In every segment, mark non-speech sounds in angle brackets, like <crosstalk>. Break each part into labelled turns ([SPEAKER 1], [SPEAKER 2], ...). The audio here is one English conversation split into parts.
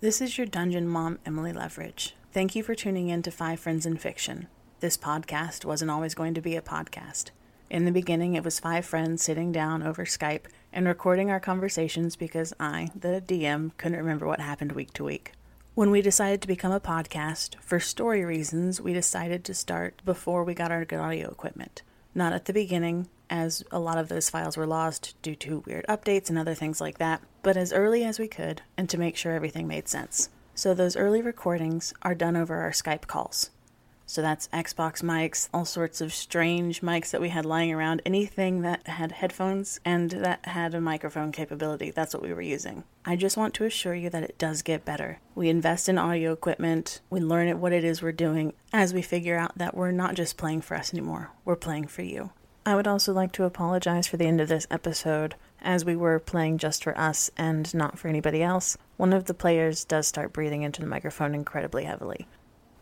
[SPEAKER 1] This is your dungeon mom, Emily Leverage. Thank you for tuning in to Five Friends in Fiction. This podcast wasn't always going to be a podcast. In the beginning, it was five friends sitting down over Skype and recording our conversations because I, the DM, couldn't remember what happened week to week. When we decided to become a podcast, for story reasons, we decided to start before we got our good audio equipment. Not at the beginning, as a lot of those files were lost due to weird updates and other things like that, but as early as we could and to make sure everything made sense. So those early recordings are done over our Skype calls. So that's Xbox mics, all sorts of strange mics that we had lying around, anything that had headphones and that had a microphone capability. That's what we were using. I just want to assure you that it does get better. We invest in audio equipment, we learn at what it is we're doing as we figure out that we're not just playing for us anymore, we're playing for you. I would also like to apologize for the end of this episode, as we were playing just for us and not for anybody else. One of the players does start breathing into the microphone incredibly heavily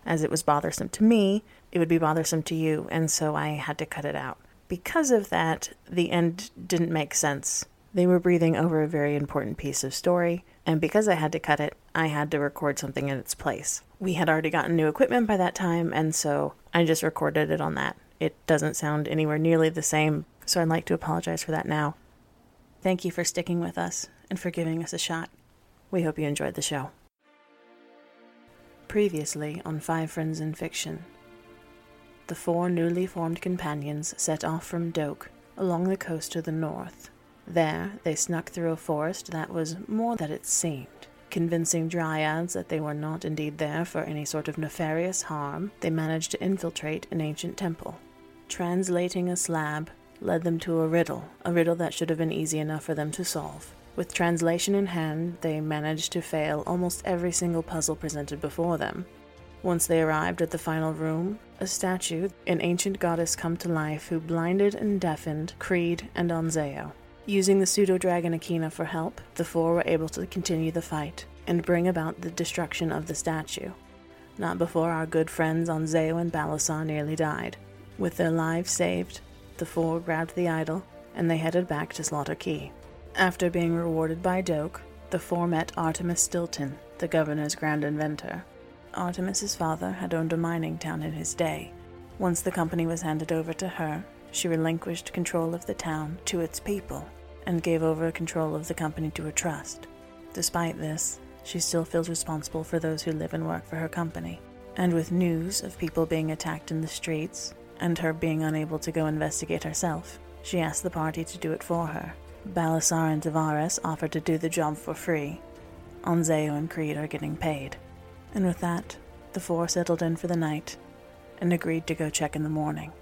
[SPEAKER 1] as it was bothersome to me, it would be bothersome to you, and so I had to cut it out. Because of that, the end didn't make sense. They were breathing over a very important piece of story, and because I had to cut it, I had to record something in its place. We had already gotten new equipment by that time, and so I just recorded it on that. It doesn't sound anywhere nearly the same, so I'd like to apologize for that now. Thank you for sticking with us and for giving us a shot. We hope you enjoyed the show. Previously on Five Friends in Fiction, the four newly formed companions set off from Doak along the coast to the north. There, they snuck through a forest that was more than it seemed. Convincing dryads that they were not indeed there for any sort of nefarious harm, they managed to infiltrate an ancient temple. Translating a slab led them to a riddle, a riddle that should have been easy enough for them to solve. With translation in hand, they managed to fail almost every single puzzle presented before them. Once they arrived at the final room, a statue, an ancient goddess come to life who blinded and deafened Creed and Onzeo. Using the pseudo dragon Akina for help, the four were able to continue the fight and bring about the destruction of the statue not before our good friends Anzeo and Balasar nearly died. With their lives saved, the four grabbed the idol and they headed back to Slaughter Key. After being rewarded by Doak, the four met Artemis Stilton, the governor's grand inventor. Artemis's father had owned a mining town in his day. Once the company was handed over to her, she relinquished control of the town to its people and gave over control of the company to a trust. Despite this, she still feels responsible for those who live and work for her company. And with news of people being attacked in the streets and her being unable to go investigate herself, she asked the party to do it for her. Balasar and Tavares offered to do the job for free. Anzeo and Creed are getting paid. And with that, the four settled in for the night and agreed to go check in the morning.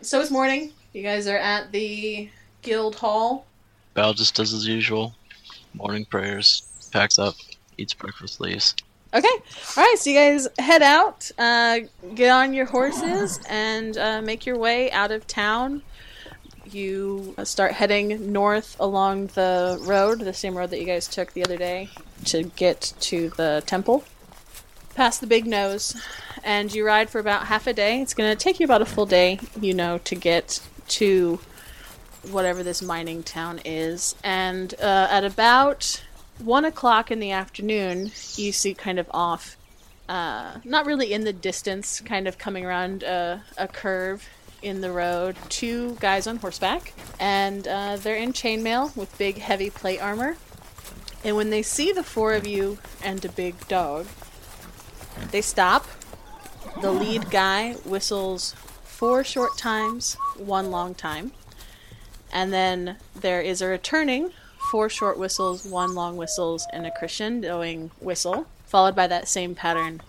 [SPEAKER 2] So it's morning. You guys are at the guild hall.
[SPEAKER 3] Val just does as usual. Morning prayers, packs up, eats breakfast, leaves.
[SPEAKER 2] Okay. All right. So you guys head out, uh, get on your horses, and uh, make your way out of town. You uh, start heading north along the road, the same road that you guys took the other day to get to the temple. Past the big nose, and you ride for about half a day. It's going to take you about a full day, you know, to get to whatever this mining town is. And uh, at about one o'clock in the afternoon, you see kind of off, uh, not really in the distance, kind of coming around a, a curve in the road, two guys on horseback. And uh, they're in chainmail with big, heavy plate armor. And when they see the four of you and a big dog, they stop. The lead guy whistles four short times, one long time. And then there is a returning, four short whistles, one long whistles, and a crescendoing whistle, followed by that same pattern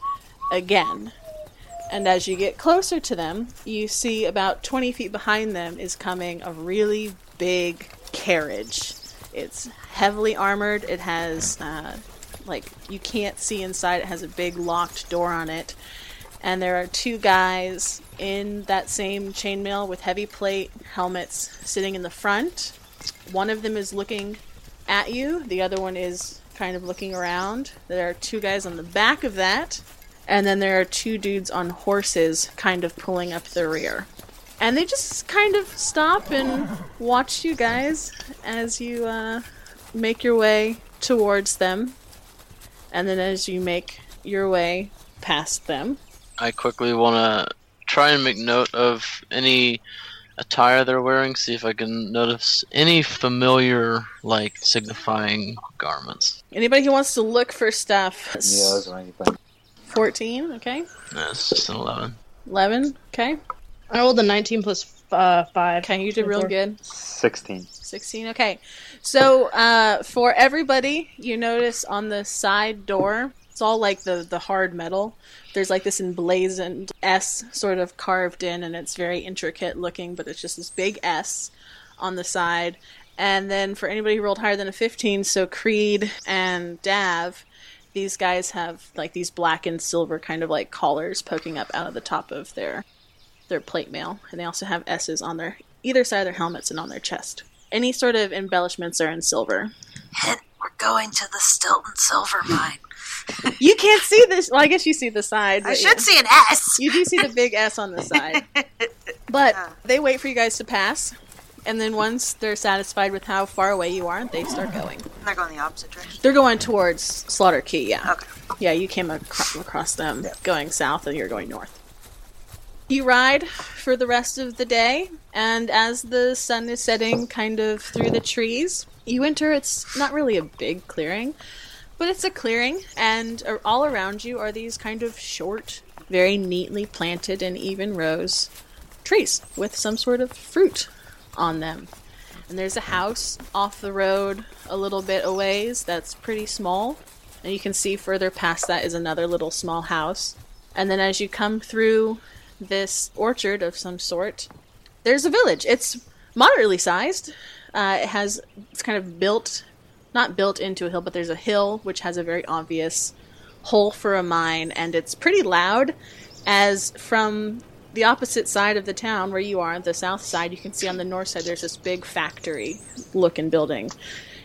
[SPEAKER 2] again. And as you get closer to them, you see about 20 feet behind them is coming a really big carriage. It's heavily armored. It has, uh, like, you can't see inside. It has a big locked door on it. And there are two guys in that same chainmail with heavy plate helmets sitting in the front. One of them is looking at you, the other one is kind of looking around. There are two guys on the back of that, and then there are two dudes on horses kind of pulling up the rear. And they just kind of stop and watch you guys as you uh, make your way towards them, and then as you make your way past them,
[SPEAKER 3] I quickly want to try and make note of any attire they're wearing, see if I can notice any familiar, like, signifying garments.
[SPEAKER 2] anybody who wants to look for stuff,
[SPEAKER 4] Yeah, that's what anything.
[SPEAKER 2] 14, okay?
[SPEAKER 3] No, it's just an 11.
[SPEAKER 2] 11, okay?
[SPEAKER 5] I rolled a 19 plus uh, 5.
[SPEAKER 2] Okay, you did real
[SPEAKER 5] Four.
[SPEAKER 2] good.
[SPEAKER 4] 16.
[SPEAKER 2] 16 okay so uh, for everybody you notice on the side door it's all like the the hard metal there's like this emblazoned s sort of carved in and it's very intricate looking but it's just this big s on the side and then for anybody who rolled higher than a 15 so creed and dav these guys have like these black and silver kind of like collars poking up out of the top of their their plate mail, and they also have S's on their either side of their helmets and on their chest. Any sort of embellishments are in silver.
[SPEAKER 6] Hint, we're going to the Stilton Silver Mine.
[SPEAKER 2] You can't see this. Well, I guess you see the side.
[SPEAKER 6] <laughs> I
[SPEAKER 2] but
[SPEAKER 6] should
[SPEAKER 2] you-
[SPEAKER 6] see an S.
[SPEAKER 2] You do see the big S on the
[SPEAKER 6] <laughs>
[SPEAKER 2] side. But they wait for you guys to pass, and then once they're satisfied with how far away you are, they start going.
[SPEAKER 6] They're going the opposite direction.
[SPEAKER 2] They're going towards Slaughter Key, yeah.
[SPEAKER 6] Okay.
[SPEAKER 2] Yeah, you came acro- across them going south and you're going north. You ride for the rest of the day, and as the sun is setting kind of through the trees, you enter. It's not really a big clearing, but it's a clearing, and a- all around you are these kind of short, very neatly planted in even rows trees with some sort of fruit on them. And there's a house off the road a little bit a ways that's pretty small. And you can see further past that is another little small house. And then as you come through this orchard of some sort, there's a village. It's moderately sized. Uh, it has, it's kind of built, not built into a hill, but there's a hill which has a very obvious hole for a mine. And it's pretty loud as from the opposite side of the town where you are, the south side, you can see on the north side there's this big factory looking building.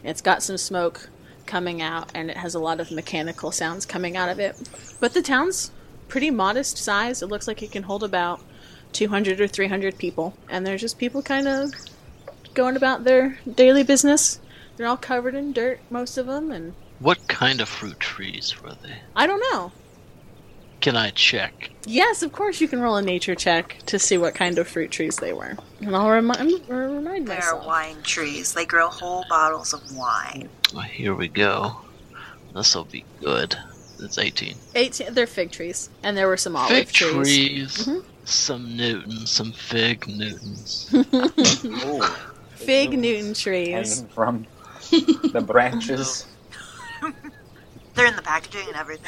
[SPEAKER 2] It's got some smoke coming out and it has a lot of mechanical sounds coming out of it. But the town's pretty modest size. It looks like it can hold about 200 or 300 people. And there's just people kind of going about their daily business. They're all covered in dirt, most of them, and
[SPEAKER 3] What kind of fruit trees were they?
[SPEAKER 2] I don't know.
[SPEAKER 3] Can I check?
[SPEAKER 2] Yes, of course you can roll a nature check to see what kind of fruit trees they were. And I'll remind, remind
[SPEAKER 6] They're
[SPEAKER 2] myself.
[SPEAKER 6] wine trees. They grow whole bottles of wine.
[SPEAKER 3] Well, Oh, here we go. This'll be good. It's 18.
[SPEAKER 2] 18 they're fig trees and there were some olive
[SPEAKER 3] Fig
[SPEAKER 2] trees. Mm-hmm.
[SPEAKER 3] trees, some Newtons, some
[SPEAKER 2] <laughs>
[SPEAKER 3] fig Newtons.
[SPEAKER 4] Oh,
[SPEAKER 2] Fig Newton trees.
[SPEAKER 4] hanging from the <laughs> branches.
[SPEAKER 6] They're in the packaging and everything.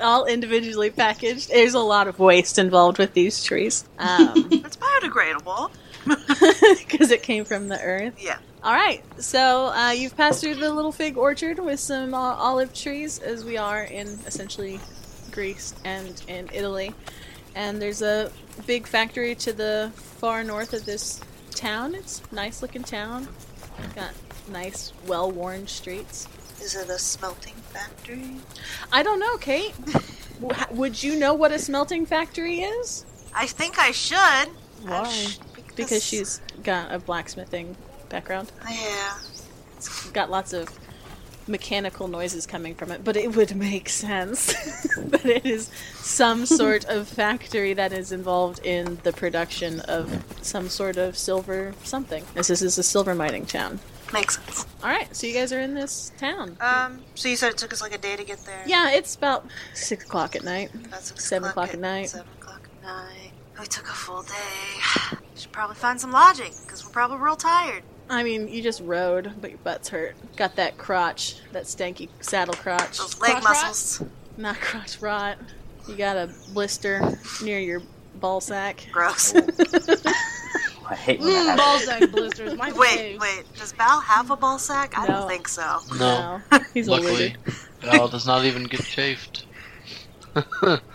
[SPEAKER 2] <laughs> All individually packaged. There's a lot of waste involved with these trees. Um <laughs>
[SPEAKER 6] It's biodegradable.
[SPEAKER 2] 'cause because it came from the earth.
[SPEAKER 6] Yeah.
[SPEAKER 2] All right, so uh, you've passed through the little fig orchard with some uh, olive trees, as we are in essentially Greece and in Italy. And there's a big factory to the far north of this town. It's a nice looking town. Got nice, well worn streets.
[SPEAKER 6] Is it a smelting factory?
[SPEAKER 2] I don't know, Kate. W- h- Would you know what a smelting factory is?
[SPEAKER 6] I think I should. I
[SPEAKER 2] Why?
[SPEAKER 6] sh-
[SPEAKER 2] Because she's got a blacksmithing background.
[SPEAKER 6] Yeah.
[SPEAKER 2] It's got lots of mechanical noises coming from it, but it would make sense <laughs> that it is some sort of factory that is involved in the production of some sort of silver something. As this is a silver mining town.
[SPEAKER 6] Makes sense.
[SPEAKER 2] All right, so you guys are in this town.
[SPEAKER 6] Um, so you said it took us like a day to get there?
[SPEAKER 2] Yeah, it's about six o'clock at night.
[SPEAKER 6] About six
[SPEAKER 2] Seven o'clock at night.
[SPEAKER 6] Seven o'clock at night. We took a full day. <sighs> Should probably find some lodging because we're probably real tired.
[SPEAKER 2] I mean, you just rode, but your butt's hurt. Got that crotch, that stanky saddle crotch.
[SPEAKER 6] Those leg
[SPEAKER 5] Crotch rot?
[SPEAKER 6] muscles.
[SPEAKER 2] Not crotch rot. You got a blister near your ball sack. <laughs>
[SPEAKER 6] Gross. <laughs>
[SPEAKER 4] I hate when
[SPEAKER 5] Mm,
[SPEAKER 4] that happens.
[SPEAKER 5] Balzac blisters.
[SPEAKER 2] <laughs>
[SPEAKER 5] My
[SPEAKER 6] wait,
[SPEAKER 5] face.
[SPEAKER 6] wait. Does Val have a ball sack? I
[SPEAKER 2] No.
[SPEAKER 6] don't think so.
[SPEAKER 3] No,
[SPEAKER 2] <laughs> he's a loser.
[SPEAKER 3] luckily, Val does not even get chafed.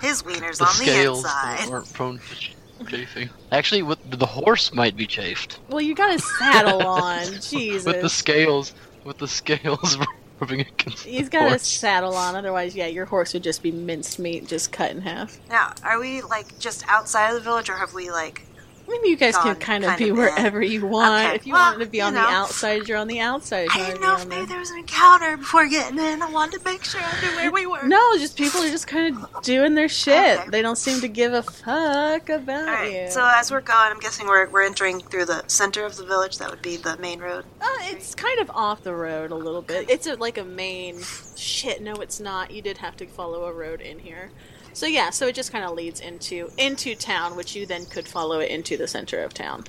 [SPEAKER 6] His wiener's
[SPEAKER 3] the
[SPEAKER 6] on the
[SPEAKER 3] scales that
[SPEAKER 6] inside.
[SPEAKER 3] weren't prone to ch- chafing. Actually, with the horse might be chafed,
[SPEAKER 2] Well, you got a saddle
[SPEAKER 3] <laughs>
[SPEAKER 2] on. Jesus.
[SPEAKER 3] but the scales, with the scales <laughs> rubbing against.
[SPEAKER 2] He's
[SPEAKER 3] the
[SPEAKER 2] got a
[SPEAKER 3] horse.
[SPEAKER 2] saddle on. Otherwise, yeah, your horse would just be minced meat, just cut in half.
[SPEAKER 6] Now, are we like just outside of the village, or have we like?
[SPEAKER 2] mean, you guys can
[SPEAKER 6] gone
[SPEAKER 2] kind of
[SPEAKER 6] kinda
[SPEAKER 2] be
[SPEAKER 6] bad.
[SPEAKER 2] wherever you want.
[SPEAKER 6] Okay,
[SPEAKER 2] If you
[SPEAKER 6] well,
[SPEAKER 2] want to be
[SPEAKER 6] you
[SPEAKER 2] on
[SPEAKER 6] know.
[SPEAKER 2] the outside, you're on the outside. If you
[SPEAKER 6] I didn't know
[SPEAKER 2] wanna
[SPEAKER 6] if
[SPEAKER 2] be on
[SPEAKER 6] maybe there was an encounter before getting in. I wanted to make sure I knew where we were.
[SPEAKER 2] the- No, just people are just kind of doing their shit.
[SPEAKER 6] Okay.
[SPEAKER 2] They don't seem to give a fuck about
[SPEAKER 6] All right.
[SPEAKER 2] you.
[SPEAKER 6] So as we're going, I'm guessing we're we're entering through the center of the village. That would be the main road.
[SPEAKER 2] Uh, it's kind of off the road a little bit. It's a, like a main. Shit, no, it's not. You did have to follow a road in here. So yeah, so it just kind of leads into into town, which you then could follow it into the center of town.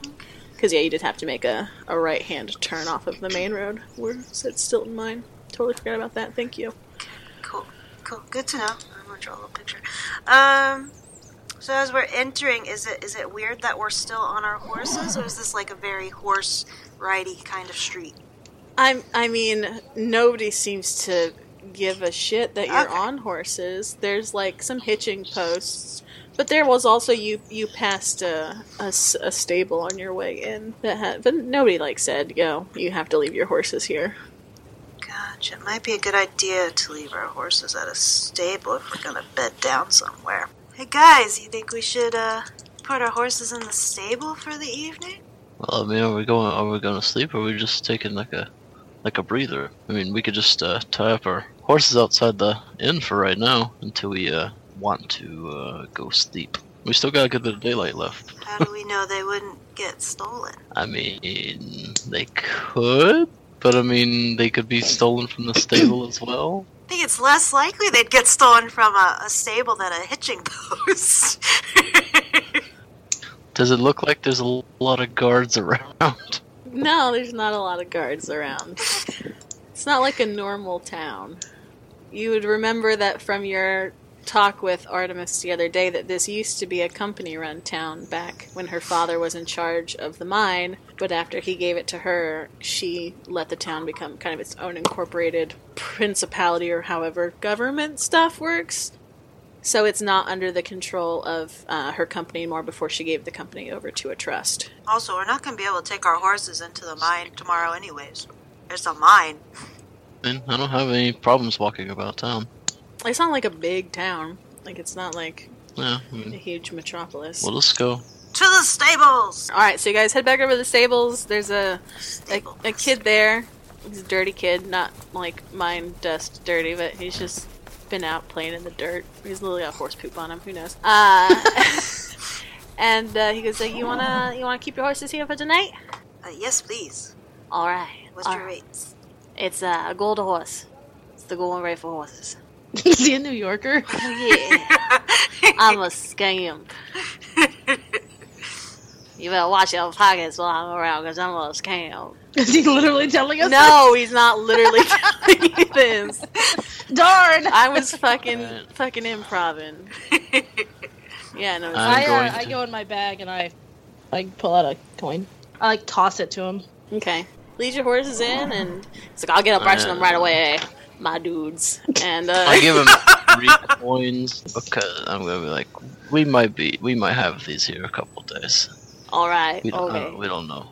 [SPEAKER 2] Because yeah, you did have to make a, a right hand turn off of the main road. Where is it still in mine? Totally forgot about that. Thank you.
[SPEAKER 6] Cool. Cool. Good to know. I'm gonna draw a little picture. Um. So as we're entering, is it is it weird that we're still on our horses, or is this like a very horse ridey kind of street?
[SPEAKER 2] I'm. I mean, nobody seems to give a shit that you're
[SPEAKER 6] Okay.
[SPEAKER 2] on horses. There's like some hitching posts, but there was also you. You passed a, a s- a stable on your way in that had, but nobody like said, "Yo, you have to leave your horses here."
[SPEAKER 6] Gotcha. It might be a good idea to leave our horses at a stable if we're gonna bed down somewhere. Hey guys, you think we should uh put our horses in the stable for the evening?
[SPEAKER 3] Well, I mean, Oh, are we going? Are we going to sleep? Or are we just taking like a like a breather? I mean, we could just uh, tie up our horses outside the inn for right now until we uh, want to uh, go sleep. We still got a good bit of daylight left.
[SPEAKER 6] How do we know they wouldn't get stolen?
[SPEAKER 3] I mean, they could, but I mean, they could be stolen from the stable as well.
[SPEAKER 6] I think it's less likely they'd get stolen from a, a stable than a hitching <laughs> post.
[SPEAKER 3] Does it look like there's a lot of guards <laughs> around?
[SPEAKER 2] No, there's not a lot of guards around. it's not like a normal town. You would remember that from your talk with Artemis the other day that this used to be a company run town back when her father was in charge of the mine, but after he gave it to her, she let the town become kind of its own incorporated principality or however government stuff works. So it's not under the control of uh, her company anymore before she gave the company over to a trust.
[SPEAKER 6] also, we're not going to be able to take our horses into the mine tomorrow, anyways. It's a mine.
[SPEAKER 3] I mean, I don't have any problems walking about town.
[SPEAKER 2] It's not like a big town. Like it's not like
[SPEAKER 3] Yeah,
[SPEAKER 2] a
[SPEAKER 3] I mean,
[SPEAKER 2] huge metropolis.
[SPEAKER 3] we'll just go.
[SPEAKER 6] To the stables!
[SPEAKER 2] All right, so you guys head back over to the stables. There's a a,
[SPEAKER 6] Stable.
[SPEAKER 2] a kid there. He's a dirty kid, not like mine dust dirty, but he's just been out playing in the dirt. He's literally got horse poop on him. Who knows? Uh, <laughs> and uh, he goes, like, "You wanna you wanna keep your horses here for tonight?"
[SPEAKER 6] Uh, yes, please.
[SPEAKER 2] All right.
[SPEAKER 6] What's
[SPEAKER 2] all
[SPEAKER 6] your
[SPEAKER 2] right.
[SPEAKER 6] rates?
[SPEAKER 2] It's uh, a golden horse. It's the golden rate for
[SPEAKER 6] <laughs>
[SPEAKER 2] horses.
[SPEAKER 5] Is he a New Yorker?
[SPEAKER 2] <laughs>
[SPEAKER 5] <laughs>
[SPEAKER 2] yeah. Um, I'm a scamp. You better watch your pockets while I'm around, because I'm a scam.
[SPEAKER 5] Is he literally telling us?
[SPEAKER 2] No, he's not literally <laughs> telling you this.
[SPEAKER 5] this? Darn!
[SPEAKER 2] I was fucking
[SPEAKER 3] Right.
[SPEAKER 2] fucking improving. Yeah, no. it's-
[SPEAKER 3] I'm
[SPEAKER 5] I,
[SPEAKER 3] going
[SPEAKER 5] uh, I
[SPEAKER 3] to-
[SPEAKER 5] go in my bag and I like pull out a coin. I like toss it to him.
[SPEAKER 2] okay. Lead your horses in, and it's like I'll get a brush on
[SPEAKER 3] uh,
[SPEAKER 2] them right away, my dudes. And uh,
[SPEAKER 3] I give him three coins because I'm gonna be like, we might be, we might have these here a couple days.
[SPEAKER 2] all right,
[SPEAKER 3] We don't, I don't-
[SPEAKER 2] okay,
[SPEAKER 3] we don't know.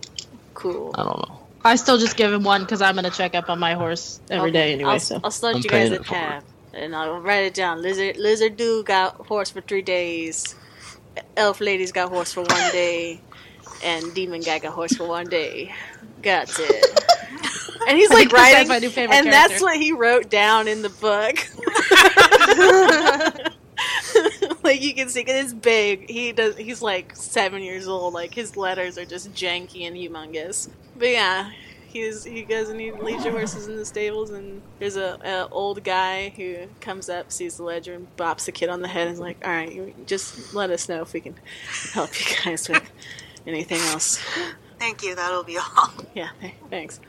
[SPEAKER 2] cool.
[SPEAKER 3] I don't know.
[SPEAKER 5] I still just give him one because I'm gonna check up on my horse every day anyway.
[SPEAKER 2] I'll,
[SPEAKER 5] so
[SPEAKER 2] I'll start
[SPEAKER 3] I'm
[SPEAKER 2] you guys
[SPEAKER 3] paying
[SPEAKER 2] a
[SPEAKER 3] it forward.
[SPEAKER 2] tab, and I'll write it down. Lizard, lizard dude got horse for three days. Elf lady's got horse for one day, and demon guy got horse for one day. Got it. And he's
[SPEAKER 5] <laughs> I
[SPEAKER 2] like
[SPEAKER 5] think that's
[SPEAKER 2] writing,
[SPEAKER 5] my new favorite
[SPEAKER 2] and
[SPEAKER 5] character.
[SPEAKER 2] that's what he wrote down in the book. <laughs> like you can see, 'cause it's big. He does. He's like seven years old. Like his letters are just janky and humongous. But yeah, he's he goes and he leads your horses in the stables, and there's a, a old guy who comes up, sees the ledger, and bops the kid on the head, and is like, "All right, you- just let us know if we can help you guys with anything else."
[SPEAKER 6] <laughs> Thank you, that'll be all.
[SPEAKER 2] Yeah, th- thanks.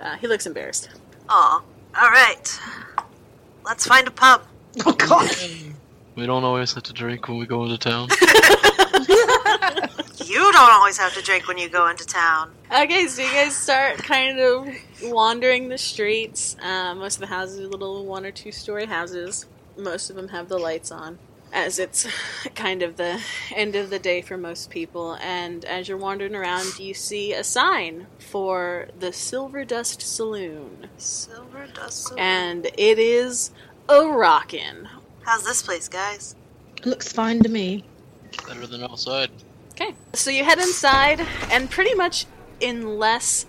[SPEAKER 2] Uh, he looks embarrassed.
[SPEAKER 6] Aw. Alright. Let's find a pub.
[SPEAKER 5] oh god,
[SPEAKER 3] We don't always have to drink when we go into <laughs> town.
[SPEAKER 6] You don't always have to drink when you go into town.
[SPEAKER 2] Okay, so you guys start kind of wandering the streets. Uh, most of the houses are little one or two story houses. Most of them have the lights on, as it's <laughs> kind of the end of the day for most people. And as you're wandering around, you see a sign for the Silver Dust Saloon.
[SPEAKER 6] Silver dust. Saloon.
[SPEAKER 2] And it is a rockin'.
[SPEAKER 6] How's this place, guys?
[SPEAKER 5] looks fine to me.
[SPEAKER 3] Better than outside.
[SPEAKER 2] Okay. So you head inside, and pretty much, unless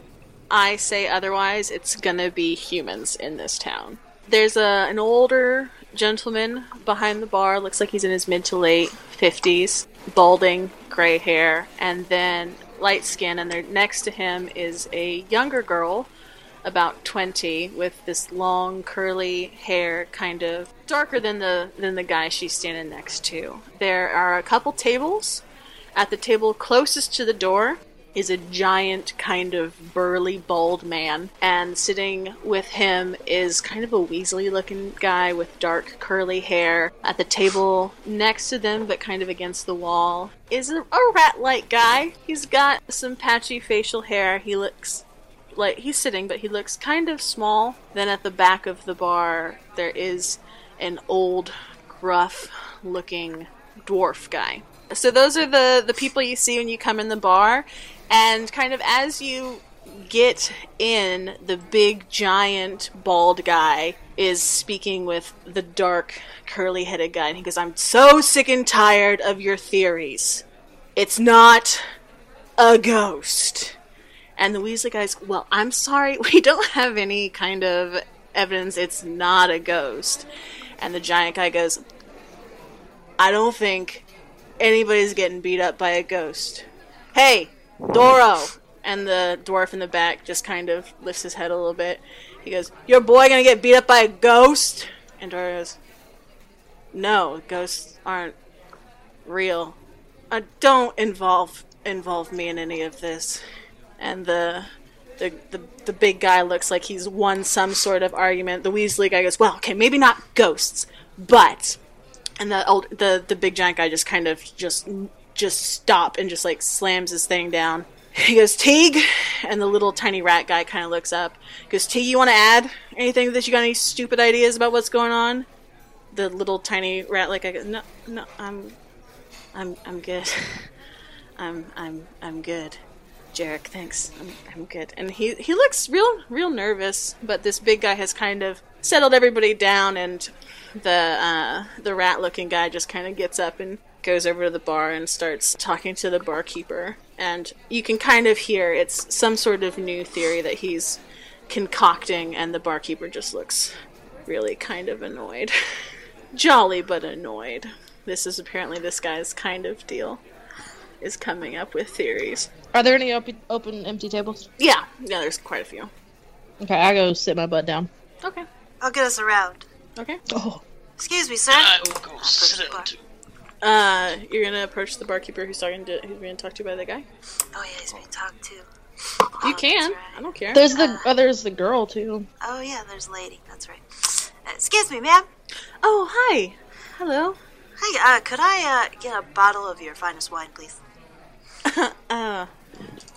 [SPEAKER 2] I say otherwise, it's gonna be humans in this town. There's a an older gentleman behind the bar. Looks like he's in his mid to late fifties, balding, gray hair, and then light skin. And there next to him is a younger girl, about twenty, with this long curly hair, kind of darker than the than the guy she's standing next to. There are a couple tables at the table closest to the door is a giant, kind of burly, bald man, and sitting with him is kind of a Weasley looking guy with dark, curly hair. At the table next to them, but kind of against the wall, is a, a rat like guy. He's got some patchy facial hair. He looks like he's sitting, but he looks kind of small. Then at the back of the bar, there is an old, gruff looking dwarf guy. So those are the the people you see when you come in the bar, and kind of as you get in, the big giant bald guy is speaking with the dark curly headed guy, and he goes, "I'm so sick and tired of your theories. It's not a ghost." And the Weasley guy's, "Well, I'm sorry, <laughs> we don't have any kind of evidence. It's not a ghost." And the giant guy goes, "I don't think." anybody's getting beat up by a ghost. Hey, Doro! And the dwarf in the back just kind of lifts his head a little bit. He goes, Your boy gonna get beat up by a ghost? And Doro goes, No, ghosts aren't real. Uh, don't involve involve me in any of this. And the, the the the big guy looks like he's won some sort of argument. The Weasley guy goes, Well, okay, maybe not ghosts, but and the old the the big giant guy just kind of just just stop and just like slams his thing down. He goes Teague, and the little tiny rat guy kind of looks up. Goes Teague, you want to add anything to this? You got any stupid ideas about what's going on? The little tiny rat like I go, no no I'm I'm I'm good. <laughs> I'm I'm I'm good. Jarek, thanks. I'm, I'm good. And he he looks real real nervous, but this big guy has kind of settled everybody down, and the uh, the rat looking guy just kind of gets up and goes over to the bar and starts talking to the barkeeper. And you can kind of hear it's some sort of new theory that he's concocting, and the barkeeper just looks really kind of annoyed, <laughs> jolly but annoyed. This is apparently this guy's kind of deal is coming up with theories.
[SPEAKER 5] Are there any open, open empty tables?
[SPEAKER 2] Yeah, yeah, there's quite a few.
[SPEAKER 5] Okay, I go sit my butt down.
[SPEAKER 2] Okay,
[SPEAKER 6] I'll Oh, get us around.
[SPEAKER 2] okay.
[SPEAKER 5] Oh,
[SPEAKER 6] Excuse me, sir.
[SPEAKER 3] I will go
[SPEAKER 6] Approach
[SPEAKER 3] sit
[SPEAKER 6] the bar.
[SPEAKER 3] down too.
[SPEAKER 2] Uh, you're gonna approach the barkeeper who's talking to who's being talked to by the guy.
[SPEAKER 6] Oh yeah, he's being talked to.
[SPEAKER 2] You
[SPEAKER 6] Oh,
[SPEAKER 2] can.
[SPEAKER 6] that's right.
[SPEAKER 2] I don't care.
[SPEAKER 5] there's the oh, there's the girl too. <laughs>
[SPEAKER 6] Oh yeah, there's a lady. That's right. Uh, excuse me, ma'am.
[SPEAKER 2] Oh, hi. Hello.
[SPEAKER 6] Hi. Uh, could I uh, get a bottle of your finest wine, please?
[SPEAKER 2] Uh,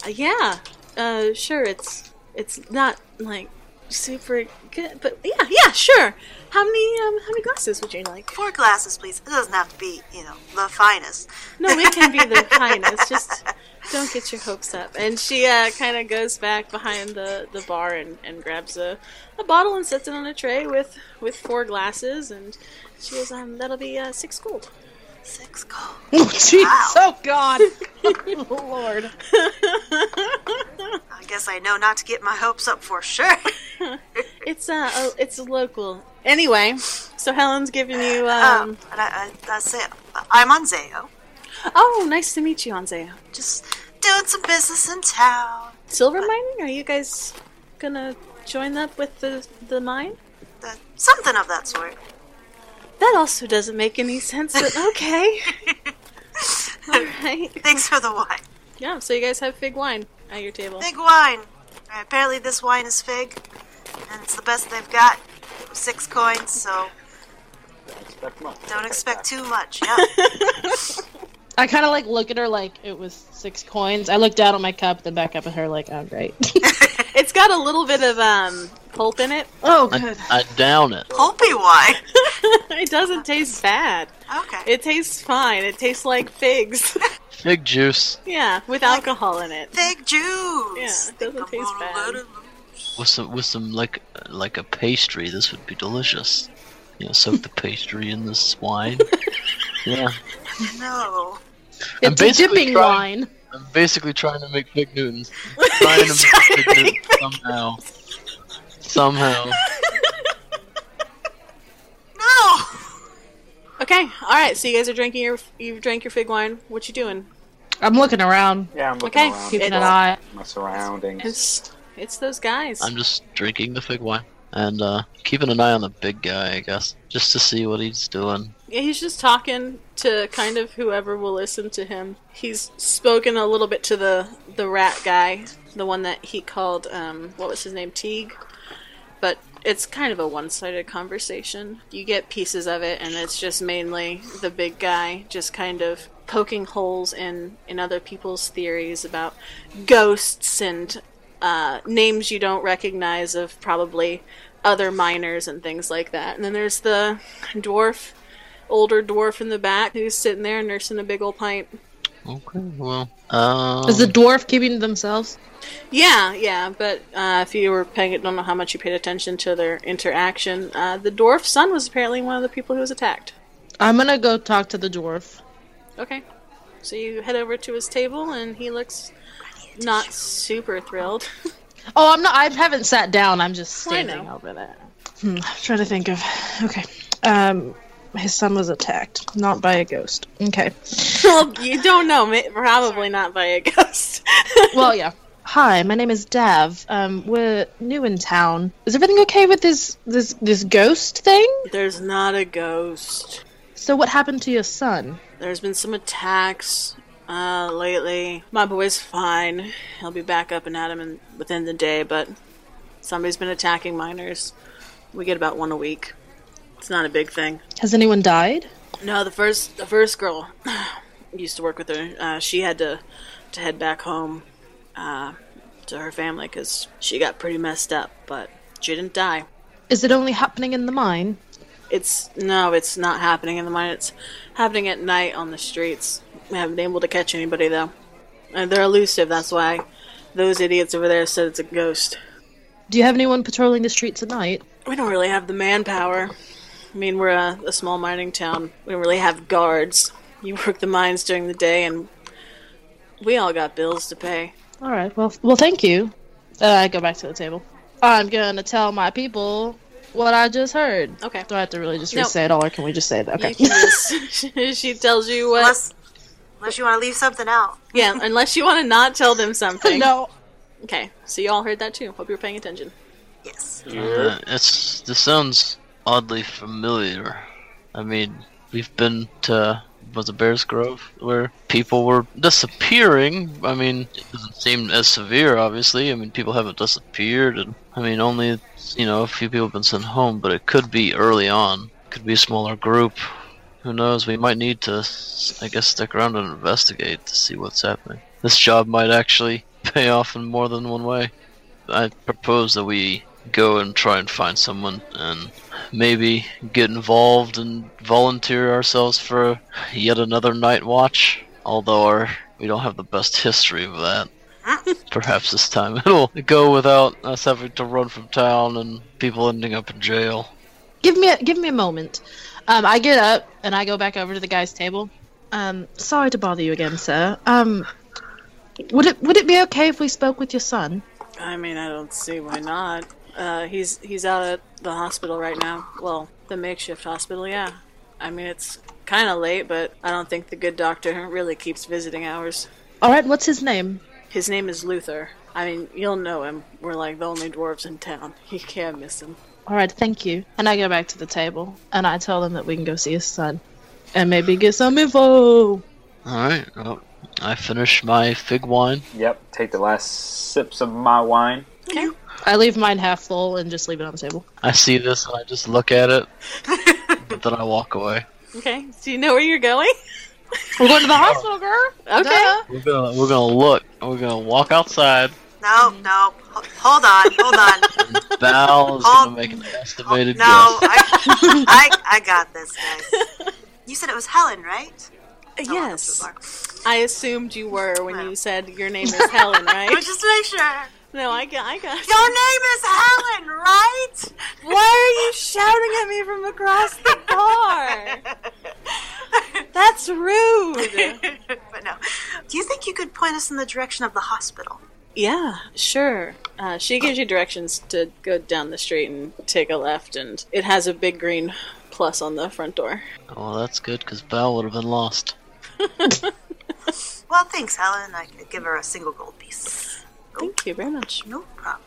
[SPEAKER 2] yeah. Uh, sure. It's it's not like super good, but yeah, yeah, sure. How many um how many glasses would you like?
[SPEAKER 6] Four glasses, please. It doesn't have to be, you know, the finest.
[SPEAKER 2] No, it can be <laughs> the finest. Just don't get your hopes up. And she uh, kind of goes back behind the, the bar and, and grabs a, a bottle and sets it on a tray with, with four glasses. And she goes, um, that'll be uh, six gold.
[SPEAKER 6] Six gold.
[SPEAKER 5] Oh, jeez.
[SPEAKER 6] Wow.
[SPEAKER 5] Oh, <laughs> God. Oh, Lord.
[SPEAKER 6] I guess I know not to get my hopes up for
[SPEAKER 2] <laughs>
[SPEAKER 6] sure.
[SPEAKER 2] It's uh, oh, it's a local. Anyway, so Helen's giving you.
[SPEAKER 6] Um,
[SPEAKER 2] Um,
[SPEAKER 6] but I, I, that's it. I'm on Zayo.
[SPEAKER 2] oh, nice to meet you, Anzea.
[SPEAKER 6] Just doing some business in town.
[SPEAKER 2] Silver mining? Are you guys gonna join up with the, the mine?
[SPEAKER 6] Uh, something of that sort. <laughs>
[SPEAKER 2] That also doesn't make any sense, <laughs> but okay. <laughs> All right.
[SPEAKER 6] Thanks for the wine.
[SPEAKER 2] Yeah, so you guys have fig wine at your table.
[SPEAKER 6] Fig wine. Uh, apparently, this wine is fig, and it's the best they've got. Six coins, so
[SPEAKER 4] Expect much.
[SPEAKER 6] don't expect too much. Yeah.
[SPEAKER 2] <laughs>
[SPEAKER 5] I kind of like look at her like it was six coins. I look down at my cup, then back up at her like, oh, great.
[SPEAKER 2] It's got a little bit of um, pulp in it.
[SPEAKER 5] <laughs> oh,
[SPEAKER 3] I,
[SPEAKER 5] good.
[SPEAKER 3] I down it.
[SPEAKER 6] Pulpy wine.
[SPEAKER 2] <laughs> it doesn't taste bad.
[SPEAKER 6] Okay.
[SPEAKER 2] It tastes fine. It tastes like figs. <laughs>
[SPEAKER 3] Fig juice
[SPEAKER 2] yeah, with alcohol in it.
[SPEAKER 6] fig juice.
[SPEAKER 2] Yeah, it
[SPEAKER 6] Think
[SPEAKER 2] doesn't
[SPEAKER 6] I'm
[SPEAKER 2] taste
[SPEAKER 6] gonna
[SPEAKER 2] bad.
[SPEAKER 6] let it
[SPEAKER 3] with some with some like like a pastry. This would be delicious. <laughs> You know, soak the pastry in this wine. yeah,
[SPEAKER 6] loose. No.
[SPEAKER 5] It's a
[SPEAKER 3] basically
[SPEAKER 5] dipping
[SPEAKER 3] trying-
[SPEAKER 5] line.
[SPEAKER 3] I'm basically trying to make Big <laughs> Newtons. trying to make Big Newtons somehow. Somehow.
[SPEAKER 6] No!
[SPEAKER 2] Okay, all right. So you guys are drinking your you've drank your fig wine. What you doing?
[SPEAKER 5] I'm looking around,
[SPEAKER 4] Yeah, I'm looking
[SPEAKER 2] Okay,
[SPEAKER 4] around.
[SPEAKER 5] keeping
[SPEAKER 2] It's-
[SPEAKER 5] an eye.
[SPEAKER 4] My surroundings.
[SPEAKER 2] It's it's those guys.
[SPEAKER 3] I'm just drinking the fig wine and uh, keeping an eye on the big guy, I guess, just to see what he's doing.
[SPEAKER 2] Yeah, he's just talking to kind of whoever will listen to him. He's spoken a little bit to the the rat guy, the one that he called um what was his name Teague, but it's kind of a one-sided conversation. You get pieces of it and it's just mainly the big guy just kind of poking holes in in other people's theories about ghosts and uh, names you don't recognize of probably other miners and things like that. And then there's the dwarf older dwarf in the back who's sitting there nursing a big old pint.
[SPEAKER 3] Okay, well, um,
[SPEAKER 5] Is the dwarf keeping to themselves?
[SPEAKER 2] Yeah, yeah, but uh, if you were paying, don't know how much you paid attention to their interaction. Uh, the dwarf's son was apparently one of the people who was attacked.
[SPEAKER 5] I'm gonna go talk to the dwarf.
[SPEAKER 2] Okay, so you head over to his table and he looks not super thrilled. <laughs>
[SPEAKER 5] Oh, I'm not. I haven't sat down. I'm just standing
[SPEAKER 2] know.
[SPEAKER 5] over there. Hmm, I'm trying to think of. Okay. Um, his son was attacked, not by a ghost. Okay.
[SPEAKER 2] well, you don't know, ma- probably not by a ghost. <laughs>
[SPEAKER 5] Well, yeah. Hi, my name is Dav. Um, we're new in town. Is everything okay with this this this ghost thing?
[SPEAKER 2] There's not a ghost.
[SPEAKER 5] So, what happened to your son?
[SPEAKER 2] There's been some attacks uh, lately. My boy's fine. He'll be back up and at him in, within the day, but somebody's been attacking miners. We get about one a week. It's not a big thing.
[SPEAKER 5] Has anyone died?
[SPEAKER 2] No, the first the first girl <sighs> used to work with her. Uh, she had to to head back home uh, to her family because she got pretty messed up, but she didn't die.
[SPEAKER 5] Is it only happening in the mine?
[SPEAKER 2] It's no, it's not happening in the mine. It's happening at night on the streets. We haven't been able to catch anybody though. And they're elusive. That's why those idiots over there said it's a ghost.
[SPEAKER 5] Do you have anyone patrolling the streets at night?
[SPEAKER 2] We don't really have the manpower. I mean, we're a, a small mining town. We don't really have guards. You work the mines during the day, and we all got bills to pay.
[SPEAKER 5] All right. Well, well, thank you. Uh, I go back to the table. I'm gonna tell my people what I just heard.
[SPEAKER 2] Okay.
[SPEAKER 5] Do I have to really just
[SPEAKER 2] No.
[SPEAKER 5] re-say it all, or can we just say it? Okay.
[SPEAKER 2] You can
[SPEAKER 5] <laughs>
[SPEAKER 2] <laughs> just- she tells you what.
[SPEAKER 6] Unless, unless you want to leave something out.
[SPEAKER 2] yeah, unless you want to not tell them something.
[SPEAKER 5] no.
[SPEAKER 2] Okay, so you all heard that too. Hope you're paying attention.
[SPEAKER 6] Yes.
[SPEAKER 3] uh, it's this sounds oddly familiar. I mean, we've been to was it Bears Grove where people were disappearing. I mean, it doesn't seem as severe, obviously. I mean, people haven't disappeared, and I mean, only you know a few people have been sent home, but it could be early on. Could be a smaller group. Who knows? We might need to, I guess, stick around and investigate to see what's happening. This job might actually <laughs> pay off in more than one way. I propose that we go and try and find someone and maybe get involved and volunteer ourselves for yet another night watch. Although our, we don't have the best history of that. Perhaps this time <laughs> it'll go without us having to run from town and people ending up in jail.
[SPEAKER 5] Give me a give me a moment. Um, I get up and I go back over to the guy's table. Um, sorry to bother you again, sir. Um, would it would it be okay if we spoke with your son?
[SPEAKER 2] I mean, I don't see why not. Uh, he's he's out at the hospital right now. Well, the makeshift hospital, yeah. I mean, it's kind of late, but I don't think the good doctor really keeps visiting hours.
[SPEAKER 5] All right. What's his name?
[SPEAKER 2] His name is Luther. I mean, you'll know him. We're like the only dwarves in town. <laughs> You can't miss him.
[SPEAKER 5] All right. Thank you. And I go back to the table and I tell them that we can go see his son, and maybe get some info.
[SPEAKER 3] Alright, well, I finish my fig wine.
[SPEAKER 4] Yep, take the last sips of my wine.
[SPEAKER 5] I leave mine half full and just leave it on the table.
[SPEAKER 3] I see this and I just look at it, but then I walk away.
[SPEAKER 2] Okay, so you know where you're going?
[SPEAKER 5] We're going to the hospital, girl.
[SPEAKER 2] Okay.
[SPEAKER 5] Duh.
[SPEAKER 3] We're gonna we're gonna look. We're gonna walk outside.
[SPEAKER 6] No, no. Ho- hold on, hold on.
[SPEAKER 3] Val is
[SPEAKER 6] Oh,
[SPEAKER 3] gonna make an estimated
[SPEAKER 6] no,
[SPEAKER 3] guess.
[SPEAKER 6] I, I, I got this, guys. You said it was Helen, right? No, I thought it was
[SPEAKER 2] Uh, Yes.
[SPEAKER 6] Mark.
[SPEAKER 2] I assumed you were when you said your name is Helen,
[SPEAKER 6] I was
[SPEAKER 2] right?
[SPEAKER 6] just to make sure.
[SPEAKER 2] <laughs> No, I got, I got.
[SPEAKER 6] Your name is Helen, right?
[SPEAKER 2] Why are you shouting at me from <laughs> across the bar? That's rude.
[SPEAKER 6] <laughs> but us in the direction of the hospital.
[SPEAKER 2] Yeah, sure. Uh, she gives you directions to go down the street and take a left, and it has a big green plus on the front door.
[SPEAKER 3] Oh, well, that's good, because Val would have been lost.
[SPEAKER 6] Well, thanks, Helen. I could give her a single gold piece.
[SPEAKER 2] Thank you very much.
[SPEAKER 6] No problem.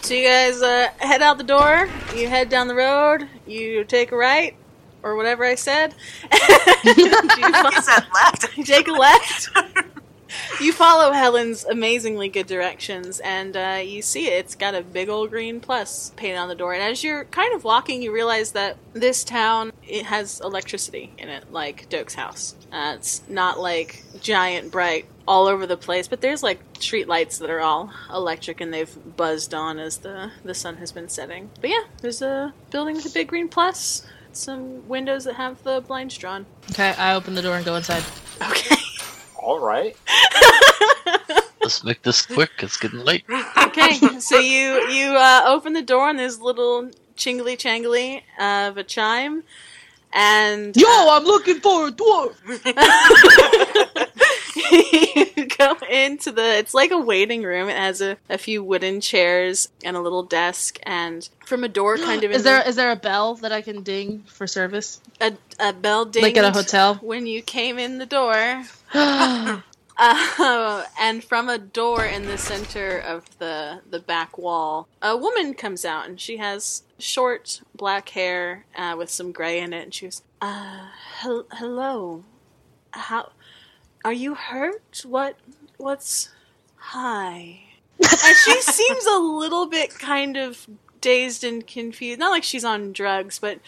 [SPEAKER 2] So you guys uh, head out the door. You head down the road. You take a right, or whatever I said. you,
[SPEAKER 6] I
[SPEAKER 2] fo-
[SPEAKER 6] guess that left.
[SPEAKER 2] you take a left. You follow Helen's amazingly good directions, and uh, you see it. It's got a big old green plus painted on the door. And as you're kind of walking, you realize that this town it has electricity in it, like Doak's house. Uh, it's not like giant bright all over the place, but there's like street lights that are all electric and they've buzzed on as the the sun has been setting. But yeah, there's a building with a big green plus, some windows that have the blinds drawn.
[SPEAKER 5] Okay, I open the door and go inside.
[SPEAKER 2] Okay.
[SPEAKER 4] All right.
[SPEAKER 3] Let's make this quick. It's getting late.
[SPEAKER 5] <laughs>
[SPEAKER 2] Okay, so you you uh, open the door and there's a little chingly changly uh, of a chime,
[SPEAKER 5] <laughs>
[SPEAKER 2] and
[SPEAKER 5] Yo, Oh, I'm looking for a dwarf.
[SPEAKER 2] <laughs> you go into the. It's like a waiting room. It has a, a few wooden chairs and a little desk, and from a door kind of in
[SPEAKER 5] Is there is there a bell that I can ding for service,
[SPEAKER 2] a, a bell dinged
[SPEAKER 5] like at a hotel?
[SPEAKER 2] when you came in the
[SPEAKER 5] <gasps>
[SPEAKER 2] door. <laughs>
[SPEAKER 5] oh,
[SPEAKER 2] Uh, and from a door in the center of the the back wall, a woman comes out, and she has short black hair uh, with some gray in it, and she goes, uh, hel- "Hello, how are you hurt? What what's hi?" and
[SPEAKER 5] <laughs>
[SPEAKER 2] she seems a little bit kind of dazed and confused. Not like she's on drugs, but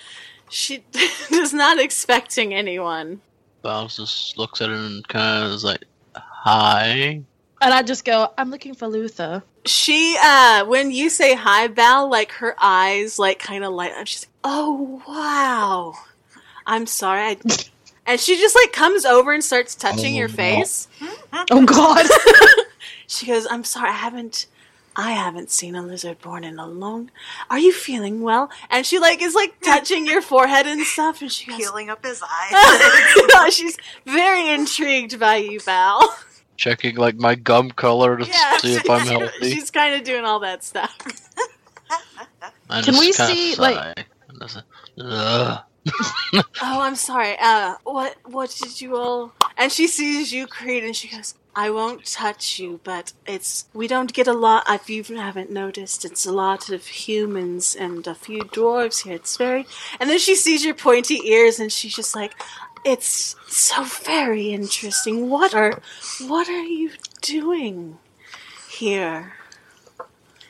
[SPEAKER 2] she <laughs> is not expecting anyone.
[SPEAKER 3] Val just looks at her and kind of is like, "Hi."
[SPEAKER 5] and I just go. I'm looking for Luther.
[SPEAKER 2] she uh when you say hi val like her eyes like kind of light up she's like oh wow i'm sorry I... and she just like comes over and starts touching
[SPEAKER 3] Oh,
[SPEAKER 2] your
[SPEAKER 3] no.
[SPEAKER 2] face
[SPEAKER 5] Oh God.
[SPEAKER 2] <laughs> she goes i'm sorry i haven't i haven't seen a lizard born in a long are you feeling well and she like is like touching your forehead and stuff and she goes
[SPEAKER 6] Peeling up his eyes.
[SPEAKER 2] <laughs> she's very intrigued by you val
[SPEAKER 3] Checking like my gum color to see
[SPEAKER 2] <laughs>
[SPEAKER 3] if I'm healthy.
[SPEAKER 2] she's kind of doing all that stuff <laughs>
[SPEAKER 3] I
[SPEAKER 5] Can
[SPEAKER 3] just
[SPEAKER 5] we
[SPEAKER 3] kinda
[SPEAKER 5] see,
[SPEAKER 3] sigh.
[SPEAKER 5] like-
[SPEAKER 3] And I say, "Ugh."
[SPEAKER 2] Oh, I'm sorry. Uh, what what did you all? And she sees you, Creed, and she goes, "I won't touch you, but it's we don't get a lot. If you haven't noticed, it's a lot of humans and a few dwarves here. It's very." And then she sees your pointy ears, and she's just like, "It's so very interesting. What are what are you doing here?"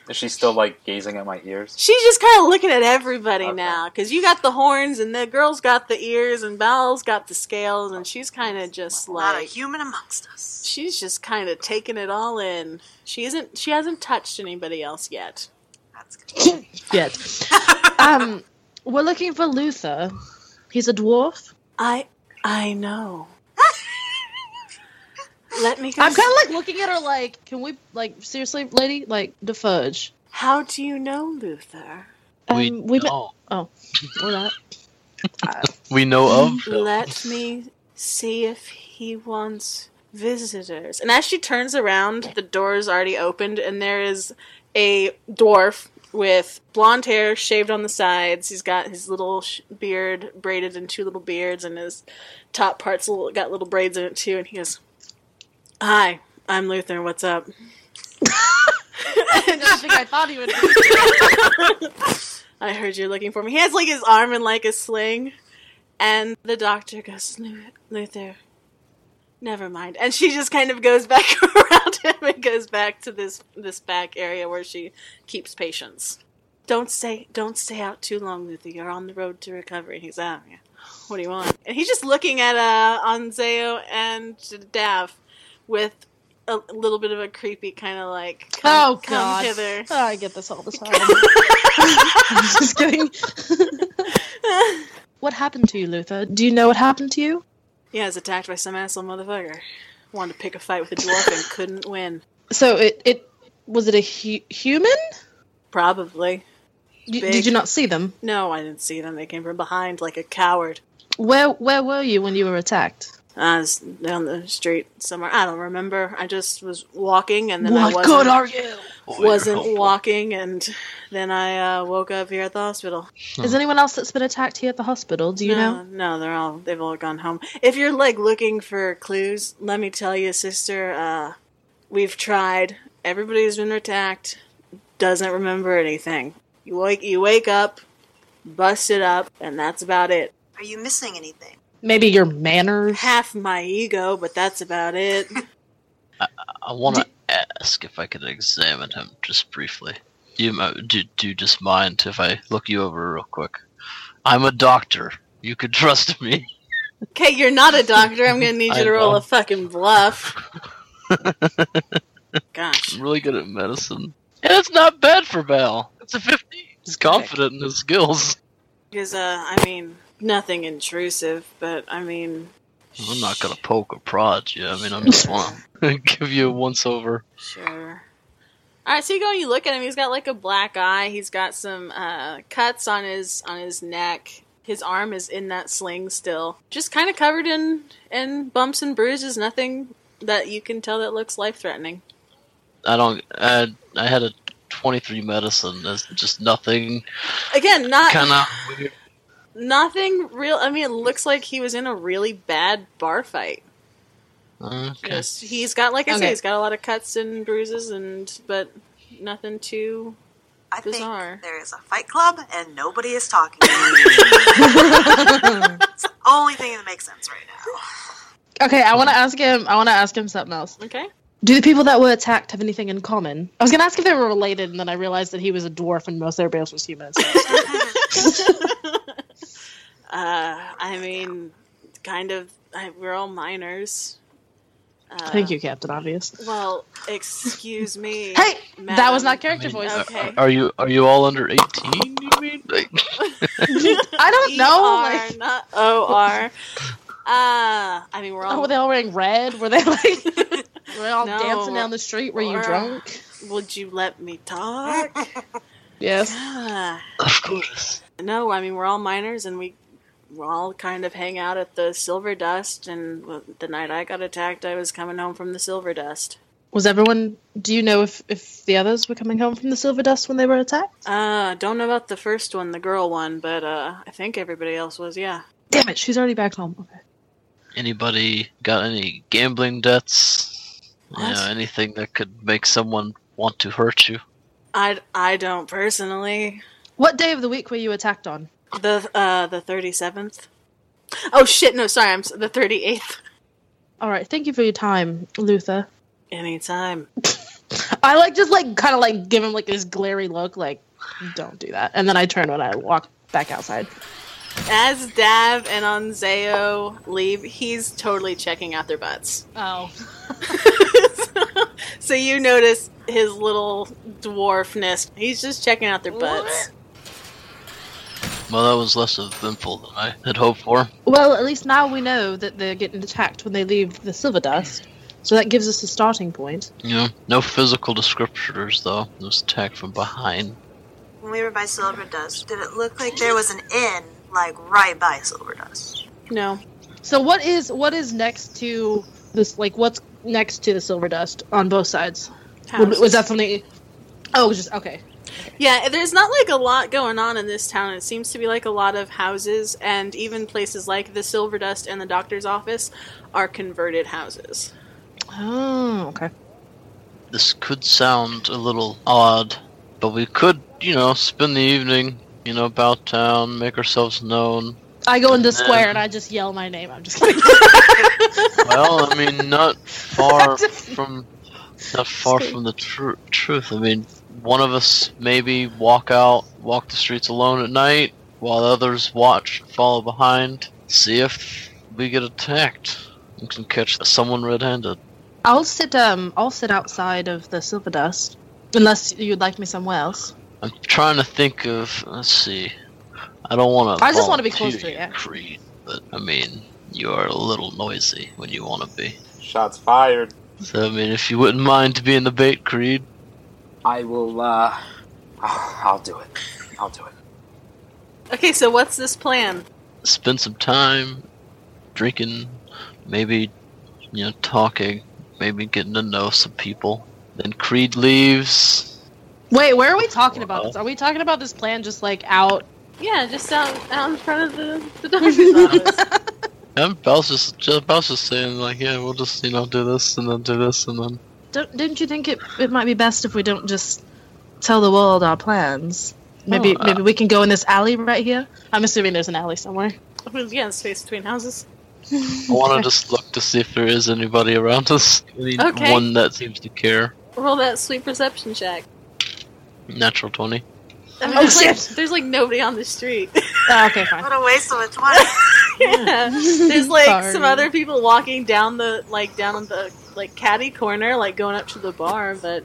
[SPEAKER 4] Is she still like gazing at my ears?
[SPEAKER 2] She's just kind of looking at everybody now,
[SPEAKER 4] Okay.
[SPEAKER 2] 'cause now because you got the horns and the girl's got the ears and Val's got the scales and she's kind of just
[SPEAKER 6] Not a
[SPEAKER 2] like
[SPEAKER 6] human amongst us.
[SPEAKER 2] she's just kind of taking it all in. She isn't she hasn't touched anybody else yet.
[SPEAKER 6] That's good.
[SPEAKER 5] <laughs> Yet. um, we're looking for Luther. He's a dwarf.
[SPEAKER 2] I I know. Let me go.
[SPEAKER 5] I'm kind of like looking at her like, can we like seriously, lady, like the fudge?
[SPEAKER 2] How do you know Luther?
[SPEAKER 3] we
[SPEAKER 5] Um, we met-
[SPEAKER 3] know.
[SPEAKER 5] or not.
[SPEAKER 3] we know of.
[SPEAKER 5] <gasps>
[SPEAKER 3] him.
[SPEAKER 2] Let me see if he wants visitors. And as she turns around, the door is already opened, and there is a dwarf with blonde hair shaved on the sides. He's got his little sh- beard braided in two little beards, and his top part's a little, got little braids in it too. And he goes, "Hi, I'm Luther. What's up?"
[SPEAKER 5] I did not think I thought he would. Be.
[SPEAKER 2] I heard you're looking for me. He has like his arm in like a sling, and the doctor goes, "Lu- Luther, never mind. And she just kind of goes back <laughs> around him and goes back to this this back area where she keeps patients. Don't stay, don't stay out too long, Luther. You're on the road to recovery. And he's out. yeah. What do you want? And he's just looking at uh, Anzeo and Dav with a little bit of a creepy kind of like, come,
[SPEAKER 5] Oh
[SPEAKER 2] come
[SPEAKER 5] God!
[SPEAKER 2] hither.
[SPEAKER 5] Oh, I get this all the time. <laughs> I'm just kidding. <laughs> what happened to you, Luther? Do you know what happened to you?
[SPEAKER 2] Yeah, I was attacked by some asshole motherfucker. Wanted to pick a fight with a dwarf and couldn't win.
[SPEAKER 5] So it it was it a hu- human?
[SPEAKER 2] Probably.
[SPEAKER 5] You,
[SPEAKER 2] Big.
[SPEAKER 5] did you not see them?
[SPEAKER 2] No, I didn't see them. They came from behind like a coward.
[SPEAKER 5] Where where were you when you were attacked?
[SPEAKER 2] uh, s- down the street somewhere. I don't remember. I just was walking, and then I
[SPEAKER 5] what
[SPEAKER 2] wasn't,
[SPEAKER 5] good are you?
[SPEAKER 3] Oh, you're
[SPEAKER 2] wasn't
[SPEAKER 3] helpful.
[SPEAKER 2] walking, and then I uh, woke up here at the hospital.
[SPEAKER 5] Is anyone else that's been attacked here at the hospital? Do you
[SPEAKER 2] no,
[SPEAKER 5] know?
[SPEAKER 2] no, they're all they've all gone home. If you're like looking for clues, let me tell you, sister. Uh, we've tried. Everybody's been attacked. Doesn't remember anything. You wake you wake up, busted up, and that's about it.
[SPEAKER 6] Are you missing anything?
[SPEAKER 5] Maybe your manners.
[SPEAKER 2] Half my ego, but that's about it.
[SPEAKER 5] <laughs>
[SPEAKER 3] I want to ask if I could examine him just briefly. Do you, mi- do, do you just mind if I look you over real quick? I'm a doctor. You could <laughs> trust me.
[SPEAKER 2] Okay, you're not a doctor. I'm gonna need
[SPEAKER 3] I
[SPEAKER 2] you to roll
[SPEAKER 3] know.
[SPEAKER 2] a fucking
[SPEAKER 3] <laughs>
[SPEAKER 2] bluff. Gosh.
[SPEAKER 3] I'm really good at medicine. And it's not bad for Val. It's a 50. He's confident in his skills.
[SPEAKER 2] Because, uh, I mean, nothing intrusive, but I mean.
[SPEAKER 3] I'm not going to poke or prod you. I mean, I'm
[SPEAKER 5] <laughs>
[SPEAKER 3] just want to <laughs> give you a once over.
[SPEAKER 2] Sure. Alright, so you go and you look at him. He's got like a black eye. He's got some uh, cuts on his on his neck. His arm is in that sling still, just kind of covered in in bumps and bruises. Nothing that you can tell that looks life threatening.
[SPEAKER 3] I don't. I, I had a 23 medicine. There's just nothing
[SPEAKER 2] Again, not
[SPEAKER 3] kind of weird.
[SPEAKER 2] nothing real. I mean, it looks like he was in a really bad bar fight.
[SPEAKER 3] Okay.
[SPEAKER 2] Just he's got like I
[SPEAKER 5] Okay.
[SPEAKER 2] said, he's got a lot of cuts and bruises, and but nothing too.
[SPEAKER 6] I
[SPEAKER 2] Bizarre.
[SPEAKER 6] think there is a fight club and nobody is talking. it's the only thing that makes sense right now.
[SPEAKER 5] Okay, I want to ask him. I want to ask him something else.
[SPEAKER 2] Okay,
[SPEAKER 5] Do the people that were attacked have anything in common? I was gonna ask if they were related, and then I realized that he was a dwarf and most everybody else was human. so-
[SPEAKER 2] uh, I mean, kind of. I, we're all minors. Uh,
[SPEAKER 5] Thank you, Captain Obvious.
[SPEAKER 2] Well, excuse me.
[SPEAKER 5] <laughs> Hey, that
[SPEAKER 2] madam.
[SPEAKER 5] was not
[SPEAKER 3] I
[SPEAKER 5] character
[SPEAKER 3] mean,
[SPEAKER 5] voice.
[SPEAKER 3] are-
[SPEAKER 2] Okay.
[SPEAKER 3] Are you are you all under 18? You mean? Like,
[SPEAKER 5] <laughs>
[SPEAKER 3] <laughs>
[SPEAKER 5] I don't know.
[SPEAKER 2] ER,
[SPEAKER 5] Like,
[SPEAKER 2] not OR. Uh, I mean, we're all
[SPEAKER 5] oh, were they all wearing red? Were they <laughs> like? Were they all
[SPEAKER 2] No.
[SPEAKER 5] dancing down the street? Were you
[SPEAKER 2] Or-
[SPEAKER 5] drunk?
[SPEAKER 2] <laughs> Would you let me talk? <sighs>
[SPEAKER 5] Yes.
[SPEAKER 2] Ah.
[SPEAKER 3] of course.
[SPEAKER 2] No, I mean we're all minors and we we all kind of hang out at the Silver Dust. And well, the night I got attacked, I was coming home from the Silver Dust.
[SPEAKER 5] Was everyone? Do you know if if the others were coming home from the Silver Dust when they were attacked?
[SPEAKER 2] Uh, don't know about the first one, the girl one, but uh, I think everybody else was. Yeah.
[SPEAKER 5] Damn it, she's already back home. Okay.
[SPEAKER 3] Anybody got any gambling debts? You know,
[SPEAKER 5] What?
[SPEAKER 3] anything that could make someone want to hurt you?
[SPEAKER 2] I I don't personally.
[SPEAKER 5] What day of the week were you attacked on?
[SPEAKER 2] The uh the thirty seventh. Oh shit! No, sorry. I'm s- the thirty eighth.
[SPEAKER 5] All right, thank you for your time, Luther.
[SPEAKER 2] Anytime.
[SPEAKER 5] I like just like kind of like give him like this glary look, like don't do that. And then I turn when I walk back outside.
[SPEAKER 2] As Dav and Onzeo leave, he's totally checking out their butts. <laughs>
[SPEAKER 5] Oh,
[SPEAKER 2] so you notice his little dwarfness. He's just checking out their butts.
[SPEAKER 3] Well, that was less eventful than I had hoped for.
[SPEAKER 5] well, at least now we know that they're getting attacked when they leave the Silver Dust, so that gives us a starting point.
[SPEAKER 3] You know, no physical descriptors though. It was attacked from behind.
[SPEAKER 6] When we were by Silver Dust, did it look like there was an inn like right by Silver Dust?
[SPEAKER 2] No.
[SPEAKER 5] So what is what is next to this? Like what's next to the Silver Dust on both sides? Would- Was that something? Oh, it was just okay.
[SPEAKER 2] Yeah, there's not like a lot going on in this town. It seems to be like a lot of houses and even places like the Silver Dust and the doctor's office are converted houses.
[SPEAKER 5] Oh, okay.
[SPEAKER 3] This could sound a little odd, but we could, you know, spend the evening, you know, about town, make ourselves known.
[SPEAKER 5] I go into square and I just yell my name. I'm just kidding.
[SPEAKER 3] Well, I mean, not
[SPEAKER 5] <laughs>
[SPEAKER 3] far from not far from the tru- truth. I mean, one of us maybe walk out, walk the streets alone at night, while others watch, follow behind, see if we get attacked. We can catch someone red-handed.
[SPEAKER 5] I'll sit um I'll sit outside of the Silver Dust. Unless you'd like me somewhere else.
[SPEAKER 3] I'm trying to think of. Let's see. I don't want to.
[SPEAKER 5] I just wanna be close to you.
[SPEAKER 3] Creed, but I mean, you are a little noisy when you want to be.
[SPEAKER 4] Shots fired.
[SPEAKER 3] So I mean, if you wouldn't mind being the bait, Creed.
[SPEAKER 4] I will, uh. <sighs> I'll do it. I'll do it.
[SPEAKER 2] Okay, so what's this plan?
[SPEAKER 3] spend some time drinking, maybe, you know, talking, maybe getting to know some people. Then Creed leaves.
[SPEAKER 5] Wait, where are we talking about this? Are we talking about this plan just like out?
[SPEAKER 2] Yeah, just out, out in front of the,
[SPEAKER 5] <laughs>
[SPEAKER 2] the doctor's office.
[SPEAKER 3] And Bel's just, just Bel's just saying like, yeah, we'll just you know do this and then do this and then.
[SPEAKER 5] Don't, didn't you think it, it might be best if we don't just tell the world our plans? Maybe
[SPEAKER 3] Oh, uh,
[SPEAKER 5] maybe we can go in this alley right here. I'm assuming there's an alley somewhere.
[SPEAKER 2] yeah, space between houses.
[SPEAKER 3] I
[SPEAKER 2] <laughs>
[SPEAKER 3] want to just look to see if there is anybody around us. <laughs>
[SPEAKER 2] Okay.
[SPEAKER 3] One that seems to care.
[SPEAKER 2] Roll that sweet perception check.
[SPEAKER 3] Natural twenty.
[SPEAKER 6] I mean,
[SPEAKER 5] Oh,
[SPEAKER 2] there's,
[SPEAKER 6] it's like-
[SPEAKER 5] shit.
[SPEAKER 2] Like, there's like nobody on the street. <laughs>
[SPEAKER 5] Oh, okay, fine. <laughs>
[SPEAKER 6] <laughs> What a waste of a 20.
[SPEAKER 2] yeah. <laughs> There's like
[SPEAKER 5] Sorry.
[SPEAKER 2] some other people walking down the like down on the like caddy corner, like going up to the bar,
[SPEAKER 5] <laughs>
[SPEAKER 2] but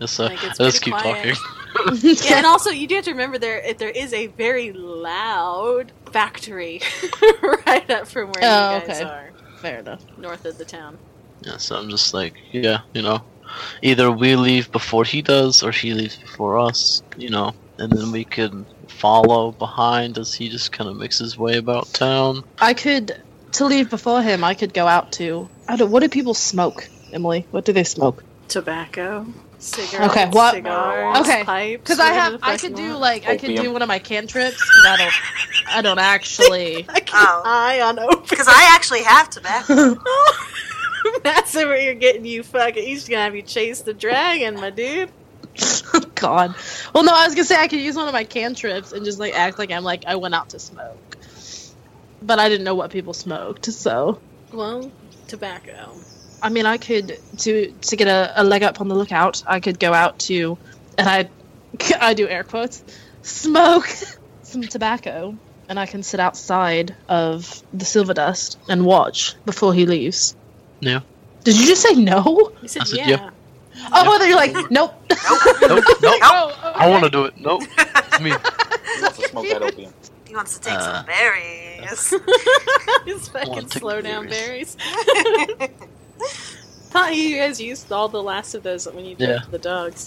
[SPEAKER 3] Yes, sir.
[SPEAKER 2] Like, it's
[SPEAKER 3] Let's
[SPEAKER 2] pretty
[SPEAKER 3] keep
[SPEAKER 2] quiet.
[SPEAKER 3] talking.
[SPEAKER 2] yeah, and also you do have to remember there if there is a very loud factory <laughs> right up from where
[SPEAKER 5] Oh,
[SPEAKER 2] you guys
[SPEAKER 5] okay.
[SPEAKER 2] are,
[SPEAKER 5] Fair enough.
[SPEAKER 2] north of the town.
[SPEAKER 3] Yeah, so I'm just like, yeah, you know, either we leave before he does, or he leaves before us, you know, and then we can follow behind as he just kind of makes his way about town.
[SPEAKER 5] I could to leave before him. I could go out to. I don't. What do people smoke, Emily? What do they smoke?
[SPEAKER 2] Tobacco, cigarettes,
[SPEAKER 5] Okay, what-
[SPEAKER 2] cigars,
[SPEAKER 5] Okay,
[SPEAKER 2] pipes.
[SPEAKER 5] Because I
[SPEAKER 2] whatever
[SPEAKER 5] have.
[SPEAKER 2] the
[SPEAKER 5] I
[SPEAKER 2] fuck
[SPEAKER 5] could
[SPEAKER 2] you
[SPEAKER 5] do
[SPEAKER 2] want.
[SPEAKER 5] like I could do
[SPEAKER 4] Opium.
[SPEAKER 5] one of my cantrips. 'cause I don't. I don't actually.
[SPEAKER 2] I keep
[SPEAKER 6] Oh.
[SPEAKER 2] eye on <laughs> open.
[SPEAKER 6] Because I actually have tobacco.
[SPEAKER 2] That's where you're getting you fucking. He's gonna have you chase the dragon, my dude.
[SPEAKER 5] <laughs> Oh, God. Well, no, I was gonna say I could use one of my cantrips and just like act like I'm like I went out to smoke, but I didn't know what people smoked. So
[SPEAKER 2] Well, tobacco.
[SPEAKER 5] I mean, I could to to get a, a leg up on the lookout. I could go out to, and I <laughs> I do air quotes, smoke <laughs> some tobacco, and I can sit outside of the Silver Dust and watch before he leaves.
[SPEAKER 3] Yeah.
[SPEAKER 5] Did you just say no?
[SPEAKER 2] You said,
[SPEAKER 3] I said,
[SPEAKER 2] yeah. <laughs>
[SPEAKER 3] yeah.
[SPEAKER 5] Oh, I thought you're like nope.
[SPEAKER 3] Nope, nope.
[SPEAKER 5] Oh,
[SPEAKER 3] I want to do it. Nope. I mean,
[SPEAKER 4] He wants to smoke that <laughs> opium.
[SPEAKER 6] He wants to take
[SPEAKER 3] Uh.
[SPEAKER 6] some berries.
[SPEAKER 2] His
[SPEAKER 3] One
[SPEAKER 2] fucking
[SPEAKER 3] tick
[SPEAKER 2] slow down
[SPEAKER 3] berries.
[SPEAKER 2] berries. <laughs> Thought you guys used all the last of those when you did
[SPEAKER 3] Yeah.
[SPEAKER 2] the dogs.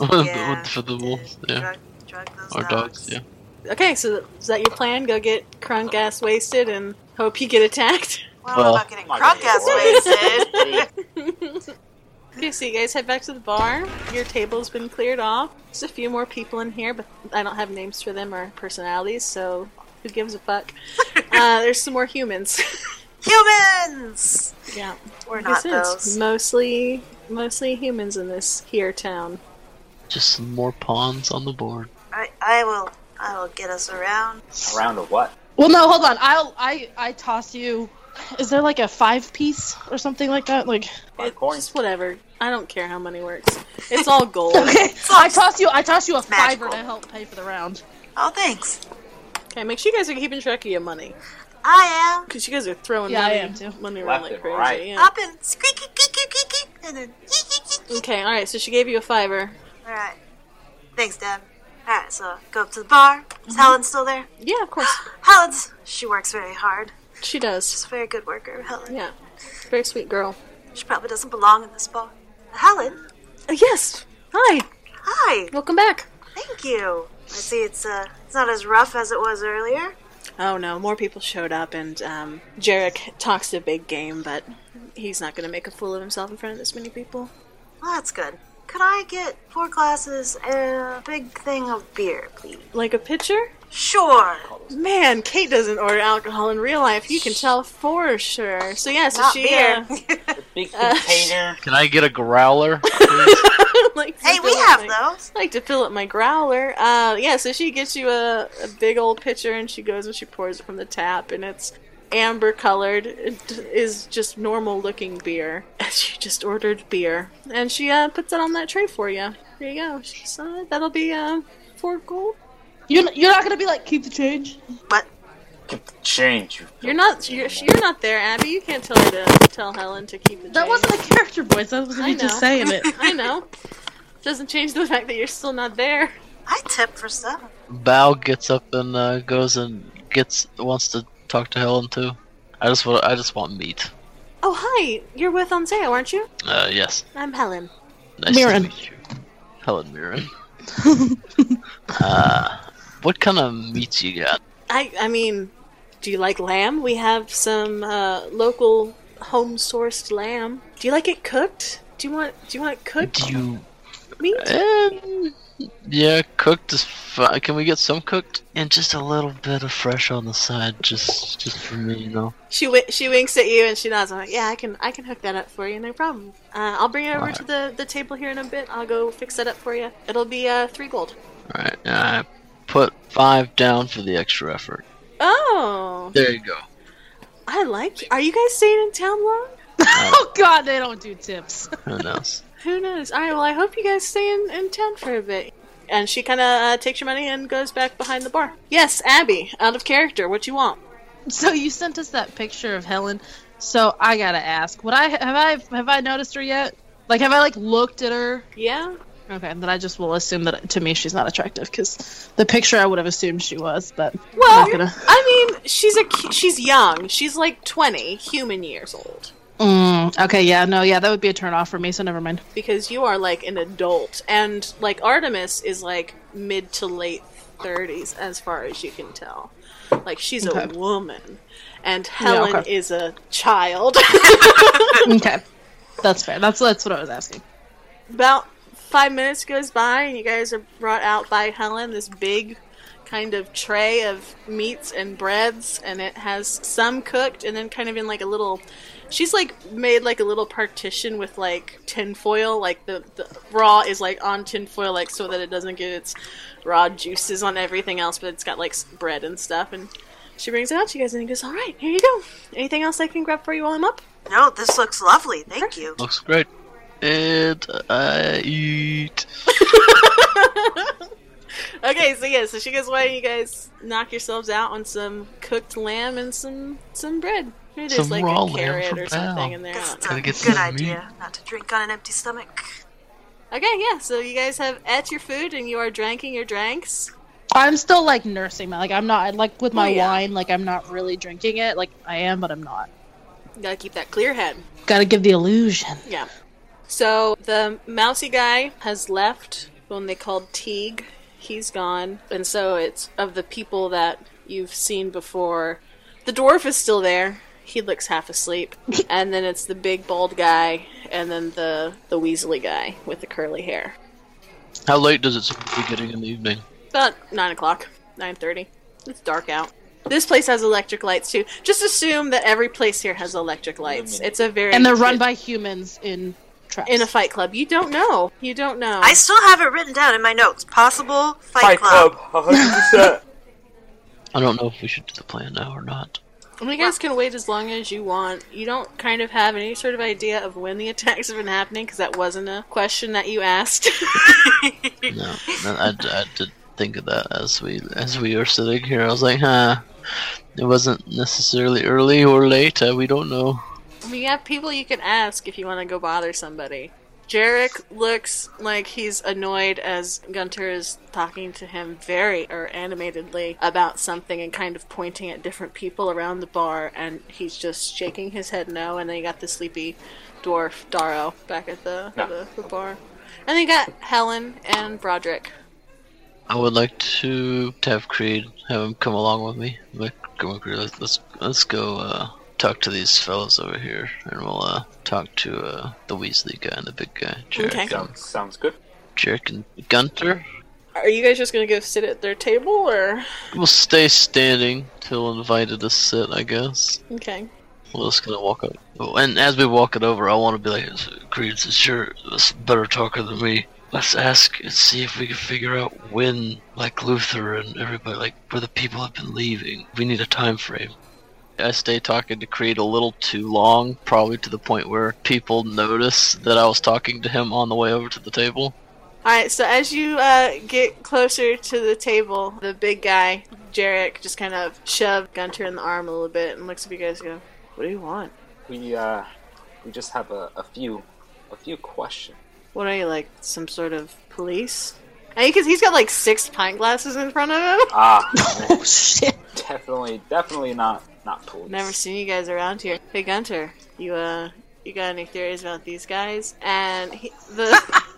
[SPEAKER 3] <laughs>
[SPEAKER 6] Yeah,
[SPEAKER 3] for the
[SPEAKER 6] did.
[SPEAKER 3] wolves, yeah,
[SPEAKER 6] Drug, drug those
[SPEAKER 3] or dogs, yeah.
[SPEAKER 2] Okay, so is that your plan? Go get crunk ass wasted and hope you get attacked.
[SPEAKER 6] Well,
[SPEAKER 3] Well.
[SPEAKER 6] about getting
[SPEAKER 4] My
[SPEAKER 6] crunk ass <laughs>
[SPEAKER 2] lord.
[SPEAKER 6] wasted.
[SPEAKER 2] Okay, so you guys head back to the bar. Your table's been cleared off. There's a few more people in here, but I don't have names for them or personalities, so who gives a fuck? uh, there's some more humans. <laughs>
[SPEAKER 6] Humans!
[SPEAKER 2] yeah,
[SPEAKER 6] We're
[SPEAKER 2] Like I
[SPEAKER 6] not
[SPEAKER 2] said, it's
[SPEAKER 6] those.
[SPEAKER 2] mostly mostly humans in this here town.
[SPEAKER 3] Just some more pawns on the board.
[SPEAKER 6] I, I will. I will get us around.
[SPEAKER 4] Around a what?
[SPEAKER 5] Well, no, hold on. I'll I I toss you. Is there like a five piece or something like that? Like
[SPEAKER 4] Five
[SPEAKER 2] It-
[SPEAKER 4] coins.
[SPEAKER 2] Just uh, whatever. I don't care how money works. It's all gold.
[SPEAKER 5] <laughs> okay, I toss you I toss you a fiver
[SPEAKER 6] magical.
[SPEAKER 5] to help pay for the round.
[SPEAKER 6] Oh, thanks.
[SPEAKER 2] okay, make sure you guys are keeping track of your money
[SPEAKER 6] I am
[SPEAKER 2] because you guys are throwing
[SPEAKER 5] Yeah, I
[SPEAKER 2] money,
[SPEAKER 5] am too.
[SPEAKER 2] money around
[SPEAKER 4] Left
[SPEAKER 2] like
[SPEAKER 4] and
[SPEAKER 2] crazy.
[SPEAKER 4] right.
[SPEAKER 2] Yeah.
[SPEAKER 6] up and squeaky, squeaky, squeaky, and then eek, eek, eek,
[SPEAKER 2] Okay, all right. So she gave you a fiver.
[SPEAKER 6] eek. All right. Thanks, Deb. All right, so go up to the bar. Is
[SPEAKER 2] Mm-hmm.
[SPEAKER 6] Helen still there?
[SPEAKER 2] Yeah, of course
[SPEAKER 6] Helen's. She works very hard.
[SPEAKER 2] she does.
[SPEAKER 6] She's a very good worker. Helen.
[SPEAKER 2] Yeah, very sweet girl.
[SPEAKER 6] She probably doesn't belong in this bar. Helen.
[SPEAKER 2] Uh, yes. Hi.
[SPEAKER 6] Hi.
[SPEAKER 2] Welcome back.
[SPEAKER 6] Thank you. I see it's uh, it's not as rough as it was earlier.
[SPEAKER 2] Oh no, more people showed up, and um, Jarek talks a big game, but he's not going to make a fool of himself in front of this many people.
[SPEAKER 6] Well, that's good. Could I get four glasses and a big thing of beer, please?
[SPEAKER 2] Like a pitcher?
[SPEAKER 6] Sure.
[SPEAKER 2] Man, Kate doesn't order alcohol in real life. You can tell for sure. So yeah, so
[SPEAKER 6] Not
[SPEAKER 2] she
[SPEAKER 6] beer.
[SPEAKER 2] uh,
[SPEAKER 4] Big container.
[SPEAKER 3] Can I get a growler? please?
[SPEAKER 2] <laughs> like to
[SPEAKER 6] hey, we
[SPEAKER 2] fill up
[SPEAKER 6] have
[SPEAKER 2] my-
[SPEAKER 6] those.
[SPEAKER 2] like to fill up my growler. Uh, yeah, so she gets you a, a big old pitcher and she goes and she pours it from the tap and it's amber colored. It is just normal looking beer. <laughs> And she just ordered beer and she uh, puts it on that tray for you. There you go. She's, uh, that'll be uh, four gold.
[SPEAKER 5] You you're not gonna be like keep the change.
[SPEAKER 6] But
[SPEAKER 4] Get the change. you
[SPEAKER 2] You're not you're, you're not there, Abby. You can't tell her to tell Helen to keep the.
[SPEAKER 5] That
[SPEAKER 2] change.
[SPEAKER 5] wasn't a character voice. That was
[SPEAKER 2] I
[SPEAKER 5] me just
[SPEAKER 2] know.
[SPEAKER 5] saying it.
[SPEAKER 2] <laughs> I know. Doesn't change the fact that you're still not there.
[SPEAKER 6] I tip for stuff.
[SPEAKER 3] Val gets up and uh, goes and gets wants to talk to Helen too. I just want I just want meat.
[SPEAKER 2] Oh hi, you're with on sale, aren't you?
[SPEAKER 3] Uh, yes.
[SPEAKER 2] I'm Helen.
[SPEAKER 3] Nice
[SPEAKER 5] Mirren.
[SPEAKER 3] to meet you. Helen Mirren. uh, what kind of meat you got?
[SPEAKER 2] I I mean, do you like lamb? We have some uh, local home sourced lamb. Do you like it cooked? Do you want do you want it cooked
[SPEAKER 3] Do you?
[SPEAKER 2] meat?
[SPEAKER 3] Um, yeah, cooked is fine. Can we get some cooked and just a little bit of fresh on the side, just just for me, you know?
[SPEAKER 2] She w- she winks at you and she nods. I'm like, yeah, I can I can hook that up for you, no problem. Uh, I'll bring it over
[SPEAKER 3] Alright.
[SPEAKER 2] to the, the table here in a bit. I'll go fix that up for you. It'll be uh, three gold.
[SPEAKER 3] All right, I put five down for the extra effort.
[SPEAKER 2] Oh,
[SPEAKER 3] There you go.
[SPEAKER 2] I like. Are you guys staying in town long?
[SPEAKER 5] <laughs> oh god, they don't do tips.
[SPEAKER 3] Who knows?
[SPEAKER 2] Who knows? All right. Well, I hope you guys stay in, in town for a bit. And she kind of uh, takes your money and goes back behind the bar. Yes, Abby, out of character. What you want?
[SPEAKER 5] So you sent us that picture of Helen. So I gotta ask, would I have I have I noticed her yet? Like, have I like looked at her?
[SPEAKER 2] Yeah.
[SPEAKER 5] Okay, then I just will assume that to me she's not attractive because the picture I would have assumed she was, but
[SPEAKER 2] Well,
[SPEAKER 5] I'm not
[SPEAKER 2] I mean, she's a ki- she's young. She's like twenty human years old.
[SPEAKER 5] gonna. Mm, okay, yeah, no, yeah, that would be a turn off for me. So never mind.
[SPEAKER 2] because you are like an adult and like artemis is like mid to late 30s as far as you can tell like she's a
[SPEAKER 5] Okay.
[SPEAKER 2] woman and helen
[SPEAKER 5] okay.
[SPEAKER 2] is a child <laughs>
[SPEAKER 5] okay, that's fair. That's that's what I was asking.
[SPEAKER 2] about five minutes goes by and you guys are brought out by helen this big kind of tray of meats and breads and it has some cooked and then kind of in like a little she's like made like a little partition with like tinfoil like the, the raw is like on tinfoil like so that it doesn't get its raw juices on everything else but it's got like s- bread and stuff and she brings it out to you guys and he goes all right here you go anything else i can grab for you while i'm up
[SPEAKER 6] No, this looks lovely. Thank you.
[SPEAKER 3] Looks great. And I eat.
[SPEAKER 2] Okay, so yeah, so she goes, "Why don't you guys knock yourselves out on some cooked lamb and some some bread? Maybe there's
[SPEAKER 3] Some
[SPEAKER 2] like
[SPEAKER 3] raw
[SPEAKER 2] a
[SPEAKER 3] lamb
[SPEAKER 2] carrot
[SPEAKER 3] for
[SPEAKER 2] or
[SPEAKER 3] Val.
[SPEAKER 2] something in there." I
[SPEAKER 6] Guess
[SPEAKER 2] don't
[SPEAKER 6] it's
[SPEAKER 2] know.
[SPEAKER 6] a
[SPEAKER 3] Gotta get
[SPEAKER 6] good
[SPEAKER 3] some meat.
[SPEAKER 6] idea not to drink on an empty stomach.
[SPEAKER 2] Okay, yeah, so you guys have ate your food and you are drinking your drinks.
[SPEAKER 5] I'm still like nursing my like I'm not like with my
[SPEAKER 2] Oh, yeah.
[SPEAKER 5] wine like I'm not really drinking it like I am but I'm not.
[SPEAKER 2] You gotta keep that clear head.
[SPEAKER 5] Gotta give the illusion.
[SPEAKER 2] Yeah. So the mousy guy has left. The one they called Teague, he's gone, and so it's of the people that you've seen before. The dwarf is still there. He looks half
[SPEAKER 5] <laughs>
[SPEAKER 2] asleep, and then it's the big bald guy, and then the the Weasley guy with the curly hair.
[SPEAKER 3] How late does it seem to be getting in the evening?
[SPEAKER 2] About nine o'clock, nine thirty. It's dark out. This place has electric lights too. Just assume that every place here has electric lights. It's a very
[SPEAKER 5] And they're run by humans in traps. <laughs>
[SPEAKER 2] in a <laughs> fight club. You don't know. You don't know.
[SPEAKER 6] I still have it written down in my notes. Possible
[SPEAKER 4] Fight
[SPEAKER 6] fight,
[SPEAKER 4] Club, 100%.
[SPEAKER 3] I don't know if we should do the plan now or not.
[SPEAKER 2] I mean, you guys can wait as long as you want. You don't kind of have any sort of idea of when the <laughs> attacks have been happening because that wasn't a question that you asked. <laughs>
[SPEAKER 3] No, no, I, I did think of that as we as we were sitting here. I was like, huh, it wasn't necessarily early or late. Uh, we don't know.
[SPEAKER 2] I mean, you have people you can ask if you want to go bother somebody. Jarek looks like he's annoyed as Gunter is talking to him very or animatedly about something and kind of pointing at different people around the bar, and he's just shaking his head no. And then you got the sleepy dwarf Darrow back at the the, the bar, and then you got Helen and Broderick.
[SPEAKER 3] I would like to to have Creed have him come along with me. Like, come on, Creed. Let's let's, let's go uh, talk to these fellas over here, and we'll uh, talk to uh, the Weasley guy and the big guy, Jarek,
[SPEAKER 2] Okay.
[SPEAKER 3] and,
[SPEAKER 4] sounds, sounds good.
[SPEAKER 3] Jarek and Gunter.
[SPEAKER 2] Are you guys just gonna go sit at their table, or
[SPEAKER 3] We'll stay standing till invited to sit, I guess.
[SPEAKER 2] okay?
[SPEAKER 3] We're just gonna walk up. Oh, and as we walk it over, I want to be like, Creed's is sure is a better talker than me. Let's ask and see if we can figure out when, like Luther and everybody, like where the people have been leaving. We need a time frame. I stay talking to Creed a little too long, probably to the point where people notice that I was talking to him on the way over to the table.
[SPEAKER 2] All right, so as you uh, get closer to the table, the big guy, Jarek, just kind of shoved Gunter in the arm a little bit and looks at you guys and goes, What do you want?
[SPEAKER 4] We uh, we just have a, a few, a few questions. <laughs>
[SPEAKER 2] What are you, like, some sort of police? And because he's got like six pint glasses in front of him.
[SPEAKER 4] Ah,
[SPEAKER 5] oh shit.
[SPEAKER 4] definitely, definitely not, not police.
[SPEAKER 2] Never seen you guys around here. Hey, Gunter, you, uh, you got any theories about these guys? And he, the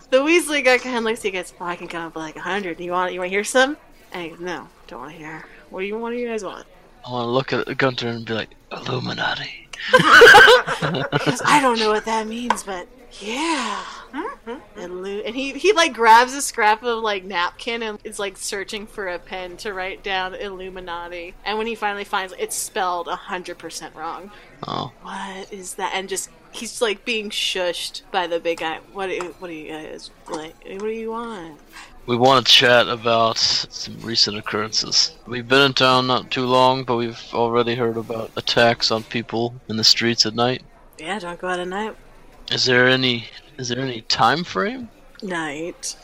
[SPEAKER 2] the Weasley guy kind of looks at you guys, Well, I can come up with like a hundred. You want, you want to hear some? And he goes, No, don't want to hear. What do you, what do you guys want?
[SPEAKER 3] I want to look at Gunter and be like, Illuminati.
[SPEAKER 2] Because I don't know what that means, but yeah. And Lou, and he he like grabs a scrap of like napkin and is like searching for a pen to write down Illuminati. And when he finally finds it, it's spelled hundred percent wrong.
[SPEAKER 3] Oh,
[SPEAKER 2] What is that? And just he's like being shushed by the big guy. What do you- what do you guys like? What do you want?
[SPEAKER 3] we want to chat about some recent occurrences. We've been in town not too long, but we've already heard about attacks on people in the streets at night.
[SPEAKER 2] Yeah, don't go out at night.
[SPEAKER 3] Is there any? Is there any time frame?
[SPEAKER 2] Night.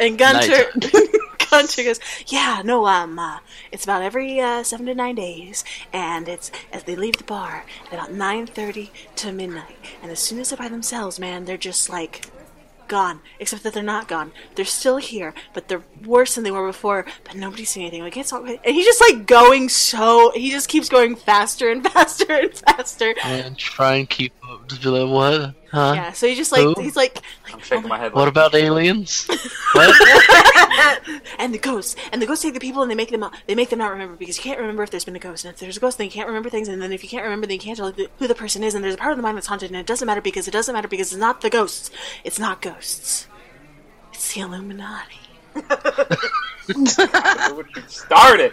[SPEAKER 2] And Gunter <laughs> Gunter goes, Yeah, no, um uh, it's about every uh, seven to nine days and it's as they leave the bar at about nine thirty to midnight. And as soon as they're by themselves, man, they're just like gone. Except that they're not gone. They're still here, but they're worse than they were before, but nobody's seen anything. Like it's all right. And he's just like going so he just keeps going faster and <laughs> faster and faster.
[SPEAKER 3] And try and keep up. Just be like, what? Huh?
[SPEAKER 2] Yeah, so he just like
[SPEAKER 3] Who?
[SPEAKER 2] he's like
[SPEAKER 4] I'm shaking my head.
[SPEAKER 3] What
[SPEAKER 4] like,
[SPEAKER 2] <laughs>
[SPEAKER 3] about aliens? what?
[SPEAKER 2] and the ghosts and the ghosts take the people and they make them not they make them not remember because you can't remember if there's been a ghost and if there's a ghost then you can't remember things and then if you can't remember then you can't tell who- who the person is and there's a part of the mind that's haunted and it doesn't matter because it doesn't matter because it's not the ghosts it's not ghosts it's the Illuminati
[SPEAKER 4] where would you start it?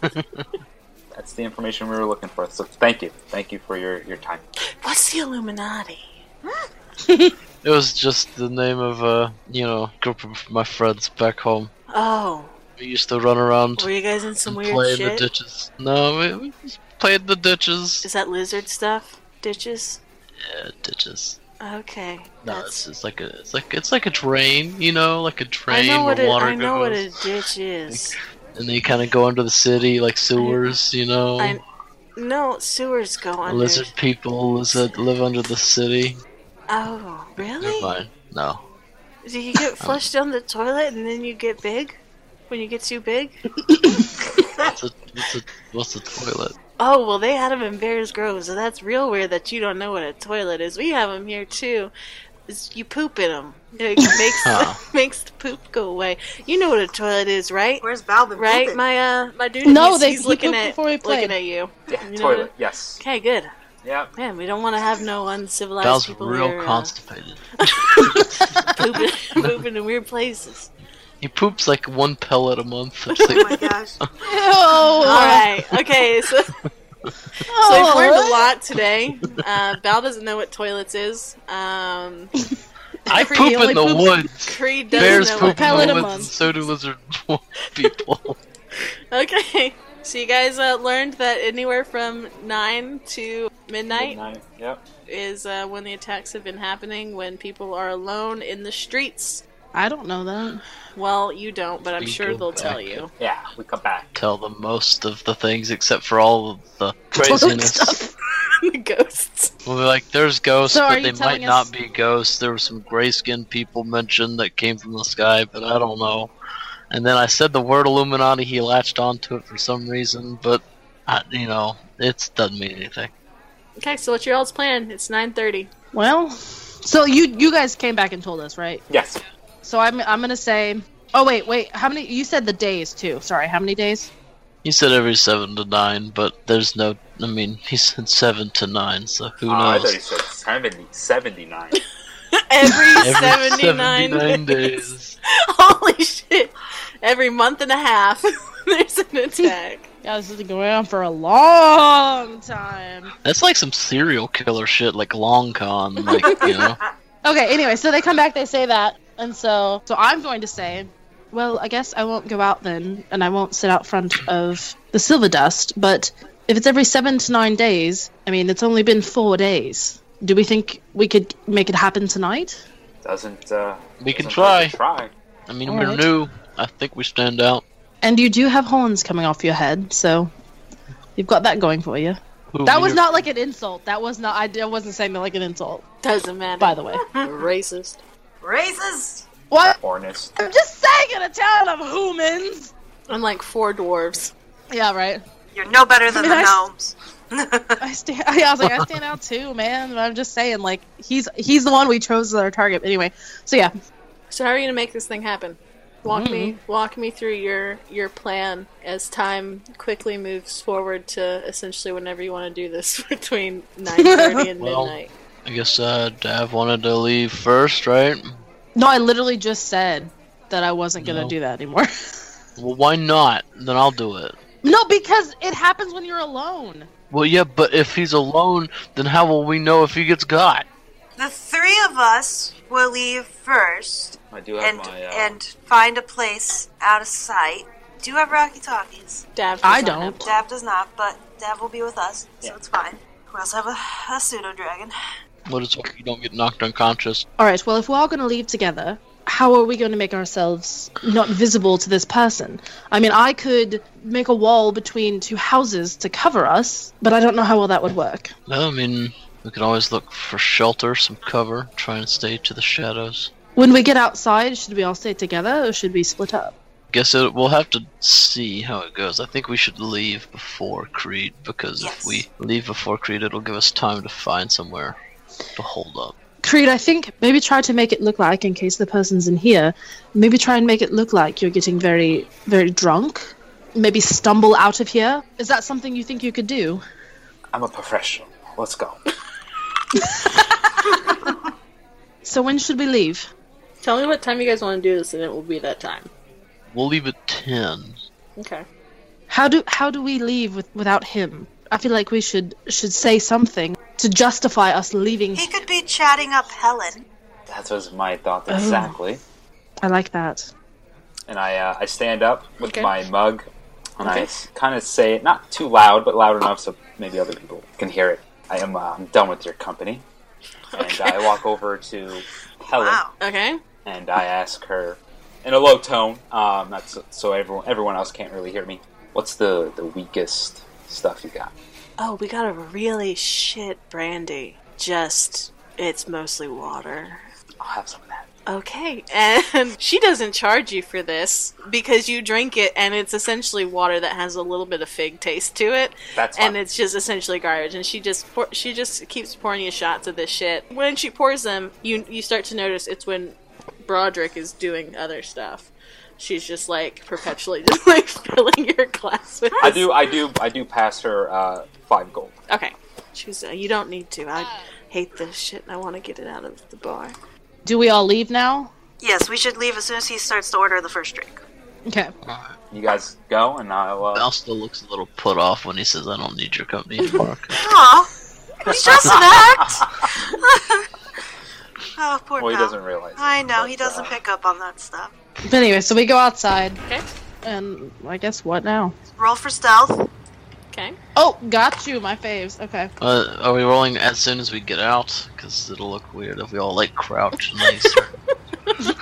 [SPEAKER 4] That's the information we were looking for. So thank you, thank you for your your time.
[SPEAKER 2] what's the Illuminati
[SPEAKER 3] It was just the name of a you know group of my friends back home.
[SPEAKER 2] oh
[SPEAKER 3] We used to run around
[SPEAKER 2] were you guys in some weird
[SPEAKER 3] and play in the
[SPEAKER 2] shit
[SPEAKER 3] ditches. No, we, we just played the ditches.
[SPEAKER 2] is that lizard stuff ditches
[SPEAKER 3] Yeah, ditches.
[SPEAKER 2] okay
[SPEAKER 3] No,
[SPEAKER 2] that's
[SPEAKER 3] it's just like a, it's like it's like a drain, you know, like a
[SPEAKER 2] I
[SPEAKER 3] drain
[SPEAKER 2] know what
[SPEAKER 3] where
[SPEAKER 2] a,
[SPEAKER 3] water
[SPEAKER 2] I know what
[SPEAKER 3] goes,
[SPEAKER 2] a ditch
[SPEAKER 3] <laughs>
[SPEAKER 2] is
[SPEAKER 3] and they kind of go under the city like sewers, you know.
[SPEAKER 2] I no sewers go under
[SPEAKER 3] Lizard people lizard, live under the city.
[SPEAKER 2] oh
[SPEAKER 3] Never
[SPEAKER 2] really
[SPEAKER 3] mind. No,
[SPEAKER 2] Do you
[SPEAKER 5] <laughs>
[SPEAKER 2] get flushed down the toilet and then you get big? When you get too big?
[SPEAKER 3] what's a, what's a, what's a toilet?
[SPEAKER 2] Oh, well, they had them in Bears Grove, so that's real weird that you don't know what a toilet is. We have them here too. It's, you poop in them.
[SPEAKER 5] <laughs>
[SPEAKER 2] It makes the,
[SPEAKER 3] Huh.
[SPEAKER 2] <laughs> makes the poop go away. You know what a toilet is, right?
[SPEAKER 6] Where's Balvin?
[SPEAKER 2] Right,
[SPEAKER 6] pooping?
[SPEAKER 2] my uh, my dude.
[SPEAKER 5] No,
[SPEAKER 2] he's,
[SPEAKER 5] they-
[SPEAKER 2] he's
[SPEAKER 5] he
[SPEAKER 2] looking
[SPEAKER 5] pooped
[SPEAKER 2] at
[SPEAKER 5] before he played.
[SPEAKER 2] looking at you.
[SPEAKER 4] Yeah,
[SPEAKER 2] You know
[SPEAKER 4] toilet.
[SPEAKER 2] what
[SPEAKER 4] Yes.
[SPEAKER 2] Okay, good.
[SPEAKER 4] Yeah.
[SPEAKER 2] Man, we don't want to have no uncivilized
[SPEAKER 3] Val's
[SPEAKER 2] people
[SPEAKER 3] real
[SPEAKER 2] who are, uh,
[SPEAKER 3] constipated.
[SPEAKER 2] pooping,
[SPEAKER 5] <laughs>
[SPEAKER 2] <laughs> pooping in weird places.
[SPEAKER 3] He poops like one pellet
[SPEAKER 2] <laughs>
[SPEAKER 3] a month. It's
[SPEAKER 6] Oh
[SPEAKER 3] like,
[SPEAKER 6] my gosh.
[SPEAKER 5] Oh.
[SPEAKER 2] All right. Okay.
[SPEAKER 5] <laughs>
[SPEAKER 2] So, so we've learned
[SPEAKER 5] Oh.
[SPEAKER 2] a lot today. Uh, Bal doesn't know what toilets is. Um,
[SPEAKER 3] I
[SPEAKER 5] Cree
[SPEAKER 3] poop
[SPEAKER 5] only
[SPEAKER 3] in the
[SPEAKER 5] poops-
[SPEAKER 3] woods.
[SPEAKER 2] Creed doesn't
[SPEAKER 3] Bears
[SPEAKER 2] know
[SPEAKER 3] poop in
[SPEAKER 5] pellet
[SPEAKER 3] the
[SPEAKER 5] a
[SPEAKER 3] woods, and
[SPEAKER 5] month.
[SPEAKER 3] so do lizard <laughs> people.
[SPEAKER 2] what. <laughs> Okay. So you guys uh, learned that anywhere from nine to midnight,
[SPEAKER 4] Midnight. Yep.
[SPEAKER 2] is uh, when the attacks have been happening. When people are alone in the streets.
[SPEAKER 5] I don't know that.
[SPEAKER 2] Well, you don't, but I'm
[SPEAKER 3] We
[SPEAKER 2] sure
[SPEAKER 3] go
[SPEAKER 2] they'll tell
[SPEAKER 3] back.
[SPEAKER 2] you.
[SPEAKER 4] Yeah. We come back.
[SPEAKER 3] Tell them most of the things except for all
[SPEAKER 2] <laughs>
[SPEAKER 3] of the
[SPEAKER 5] Toilet
[SPEAKER 3] craziness.
[SPEAKER 5] stuff.
[SPEAKER 2] the ghosts.
[SPEAKER 3] Well, they're like there's ghosts,
[SPEAKER 5] So are
[SPEAKER 3] but they
[SPEAKER 5] you
[SPEAKER 3] might
[SPEAKER 5] telling
[SPEAKER 3] not
[SPEAKER 5] us-
[SPEAKER 3] be ghosts. There were some gray-skinned people mentioned that came from the sky, but I don't know. And then I said the word Illuminati. He latched onto it for some reason, but I, you know, it doesn't mean anything.
[SPEAKER 2] Okay. So what's your all's plan? It's nine thirty.
[SPEAKER 5] Well, so you you guys came back and told us, right?
[SPEAKER 4] Yes.
[SPEAKER 5] So I'm I'm gonna say. Oh wait, wait. How many? You said the days too. Sorry, how many days?
[SPEAKER 3] He said every seven to nine, but there's no. I mean, he said seven to nine, so who
[SPEAKER 4] Uh, I thought you
[SPEAKER 3] knows?
[SPEAKER 4] said 70, 79.
[SPEAKER 2] Every
[SPEAKER 3] Every
[SPEAKER 2] seventy nine
[SPEAKER 3] days.
[SPEAKER 2] <laughs> Holy shit! Every month and a half, <laughs> there's an attack.
[SPEAKER 5] Yeah, this has been going on for a long time.
[SPEAKER 3] That's like some serial killer shit, like Long Con, like you know.
[SPEAKER 5] Okay, anyway, so they come back, they say that, and so so I'm going to say, well, I guess I won't go out then, and I won't sit out front of the Silver Dust. But if it's every seven to nine days, I mean, it's only been four days. Do we think we could make it happen tonight?
[SPEAKER 4] Doesn't. Uh,
[SPEAKER 3] We can
[SPEAKER 4] doesn't
[SPEAKER 3] try.
[SPEAKER 4] hurt to Try.
[SPEAKER 3] I mean,
[SPEAKER 5] All
[SPEAKER 3] we're
[SPEAKER 5] right.
[SPEAKER 3] new. I think we stand out.
[SPEAKER 5] And you do have horns coming off your head, so you've got that going for you.
[SPEAKER 3] Who
[SPEAKER 5] That
[SPEAKER 3] we
[SPEAKER 5] was
[SPEAKER 3] are-
[SPEAKER 5] not like an insult. That was not. I, I wasn't saying that like an insult.
[SPEAKER 2] Doesn't matter.
[SPEAKER 5] By the way,
[SPEAKER 2] racist.
[SPEAKER 6] Racist!
[SPEAKER 5] what?
[SPEAKER 4] Hornets.
[SPEAKER 5] I'm just saying, in a town of humans.
[SPEAKER 2] I'm like four dwarves.
[SPEAKER 5] Yeah, right.
[SPEAKER 6] You're no better than
[SPEAKER 5] I mean,
[SPEAKER 2] <laughs>
[SPEAKER 5] I
[SPEAKER 6] the
[SPEAKER 5] s-
[SPEAKER 6] gnomes.
[SPEAKER 5] I <laughs> stand. I, was like, I stand out too, man. But I'm just saying, like, he's he's the one we chose as our target. Anyway, so yeah,
[SPEAKER 2] So how are you gonna make this thing happen? Walk me walk me through your your plan as time quickly moves forward to essentially whenever you want to do this <laughs> between 9:30 <laughs> and
[SPEAKER 3] Well-
[SPEAKER 2] midnight.
[SPEAKER 3] I guess uh, Dav wanted to leave first, right?
[SPEAKER 5] No, I literally just said that I wasn't gonna
[SPEAKER 3] No.
[SPEAKER 5] do that anymore. <laughs>
[SPEAKER 3] Well, why not? Then I'll do it.
[SPEAKER 5] no, because it happens when you're alone.
[SPEAKER 3] Well, yeah, but if he's alone, then how will we know if he gets got?
[SPEAKER 6] The three of us will leave first
[SPEAKER 4] I do have
[SPEAKER 6] and
[SPEAKER 4] my. Uh,
[SPEAKER 6] and find a place out of sight. Do you have walkie talkies?
[SPEAKER 2] Dav does
[SPEAKER 5] I
[SPEAKER 2] not have
[SPEAKER 5] don't.
[SPEAKER 6] Dab does not, but Dab will be with us, so it's fine. We also have a, a pseudo dragon.
[SPEAKER 3] What is if you don't get knocked unconscious?
[SPEAKER 5] All right. Well, if we're all gonna leave together, how are we going to make ourselves not visible to this person? I mean, I could make a wall between two houses to cover us, but I don't know how well that would work.
[SPEAKER 3] No, I mean we can always look for shelter, some cover, try and stay to the shadows.
[SPEAKER 5] When we get outside, should we all stay together or should we split up?
[SPEAKER 3] Guess it, we'll have to see how it goes. I think we should leave before Creed because
[SPEAKER 6] Yes.
[SPEAKER 3] if we leave before Creed, it'll give us time to find somewhere to hold up.
[SPEAKER 5] Creed, I think maybe try to make it look like, in case the person's in here, maybe try and make it look like you're getting very, very drunk. Maybe stumble out of here. Is that something you think you could do?
[SPEAKER 4] I'm a professional. Let's go.
[SPEAKER 5] So when should we leave?
[SPEAKER 2] Tell me what time you guys want to do this and it will be that time.
[SPEAKER 3] We'll leave at ten.
[SPEAKER 2] Okay.
[SPEAKER 5] How do how do we leave with, without him? I feel like we should should say something to justify us leaving.
[SPEAKER 6] He could be chatting up Helen.
[SPEAKER 4] That was my thought exactly.
[SPEAKER 5] I like that.
[SPEAKER 4] And I uh, I stand up with
[SPEAKER 2] Okay.
[SPEAKER 4] my mug, and I kind of say it not too loud, but loud enough so maybe other people can hear it. I am uh, I'm done with your company, and I walk over to Helen.
[SPEAKER 6] Wow.
[SPEAKER 2] Okay.
[SPEAKER 4] and I ask her in a low tone, um, not so, so everyone everyone else can't really hear me. What's the the weakest stuff you got?
[SPEAKER 7] Oh, we got a really shit brandy. Just, it's mostly water.
[SPEAKER 4] I'll have some of that.
[SPEAKER 7] Okay.
[SPEAKER 2] And <laughs> she doesn't charge you for this because you drink it and it's essentially water that has a little bit of fig taste to it.
[SPEAKER 4] That's
[SPEAKER 2] and
[SPEAKER 4] fine.
[SPEAKER 2] it's just essentially garbage and she just pour- she just keeps pouring you shots of this shit. When she pours them, you you start to notice it's when Broderick is doing other stuff. She's just like perpetually <laughs> just like filling your glass with
[SPEAKER 4] I do I do I do pass her uh, five gold.
[SPEAKER 2] Okay.
[SPEAKER 7] She's, uh, you don't need to. I hate this shit and I want to get it out of the bar.
[SPEAKER 5] Do we all leave now?
[SPEAKER 6] Yes, we should leave as soon as he starts to order the first drink.
[SPEAKER 5] Okay.
[SPEAKER 4] You guys go, and I'll. Uh,
[SPEAKER 3] Al still looks a little put off when he says, "I don't need your company anymore."
[SPEAKER 6] Aw, it's just an act. oh, poor
[SPEAKER 4] well, he
[SPEAKER 6] pal.
[SPEAKER 4] doesn't realize. it,
[SPEAKER 6] I know
[SPEAKER 4] but,
[SPEAKER 6] he doesn't
[SPEAKER 4] uh,
[SPEAKER 6] pick up on that stuff.
[SPEAKER 5] But anyway, so we go outside.
[SPEAKER 2] Okay.
[SPEAKER 5] And I guess what now?
[SPEAKER 6] Roll for stealth.
[SPEAKER 2] Okay.
[SPEAKER 5] Oh, got you, my faves. Okay.
[SPEAKER 3] Uh, are we rolling as soon as we get out? Because it'll look weird if we all like crouch and like. start-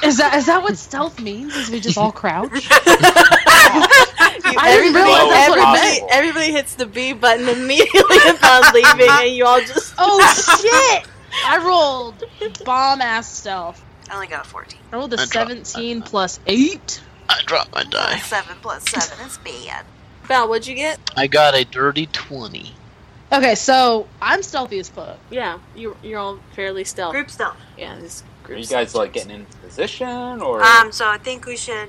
[SPEAKER 5] Is that is that what stealth means? Is we just all crouch? I didn't
[SPEAKER 2] everybody,
[SPEAKER 5] realize that's what it
[SPEAKER 4] Everybody-
[SPEAKER 5] meant.
[SPEAKER 2] everybody, everybody hits the B button immediately <laughs> upon leaving, and you all just
[SPEAKER 5] Oh shit! I rolled bomb ass stealth.
[SPEAKER 6] I only got a 14.
[SPEAKER 5] I rolled a
[SPEAKER 3] I dro-
[SPEAKER 5] seventeen plus eight.
[SPEAKER 3] I dropped my die.
[SPEAKER 6] 7 plus 7 is
[SPEAKER 4] <laughs>
[SPEAKER 6] bad.
[SPEAKER 2] Val, what'd you get?
[SPEAKER 3] I got a dirty twenty.
[SPEAKER 5] Okay, so I'm stealthy as fuck.
[SPEAKER 2] Yeah, you you're all fairly stealth.
[SPEAKER 6] Group stealth.
[SPEAKER 2] Yeah, this
[SPEAKER 4] Are
[SPEAKER 2] group.
[SPEAKER 4] you guys like getting in position, or
[SPEAKER 6] Um, so I think we should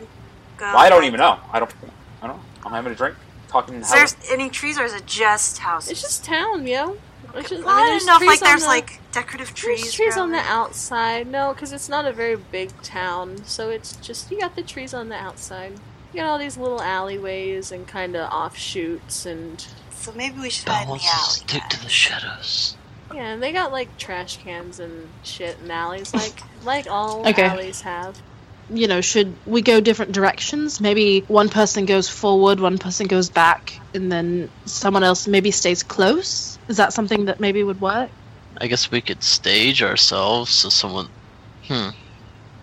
[SPEAKER 6] go.
[SPEAKER 4] Well, I don't even know. I don't. I don't. know. I'm having a drink, talking. to
[SPEAKER 6] Is
[SPEAKER 4] Helen.
[SPEAKER 6] there any trees or is it just houses?
[SPEAKER 2] It's just town, yo. It's just,
[SPEAKER 6] well, I,
[SPEAKER 2] mean,
[SPEAKER 6] don't know if
[SPEAKER 2] trees
[SPEAKER 6] like
[SPEAKER 2] on
[SPEAKER 6] there's
[SPEAKER 2] the-
[SPEAKER 6] like decorative trees.
[SPEAKER 2] There's trees on the
[SPEAKER 6] growing.
[SPEAKER 2] outside. No, because it's not a very big town, so it's just you got the trees on the outside. You got all these little alleyways and kind of offshoots, and
[SPEAKER 6] So maybe we should hide
[SPEAKER 3] Val
[SPEAKER 6] in
[SPEAKER 3] wants
[SPEAKER 6] the
[SPEAKER 3] to
[SPEAKER 6] alley.
[SPEAKER 3] stick
[SPEAKER 6] guys.
[SPEAKER 3] to the shadows.
[SPEAKER 2] yeah, and they got like trash cans and shit in alleys, like like all
[SPEAKER 5] <laughs> Okay.
[SPEAKER 2] alleys have.
[SPEAKER 5] You know, should we go different directions? Maybe one person goes forward, one person goes back, and then someone else maybe stays close. Is that something that maybe would work?
[SPEAKER 3] I guess we could stage ourselves so someone. Hmm.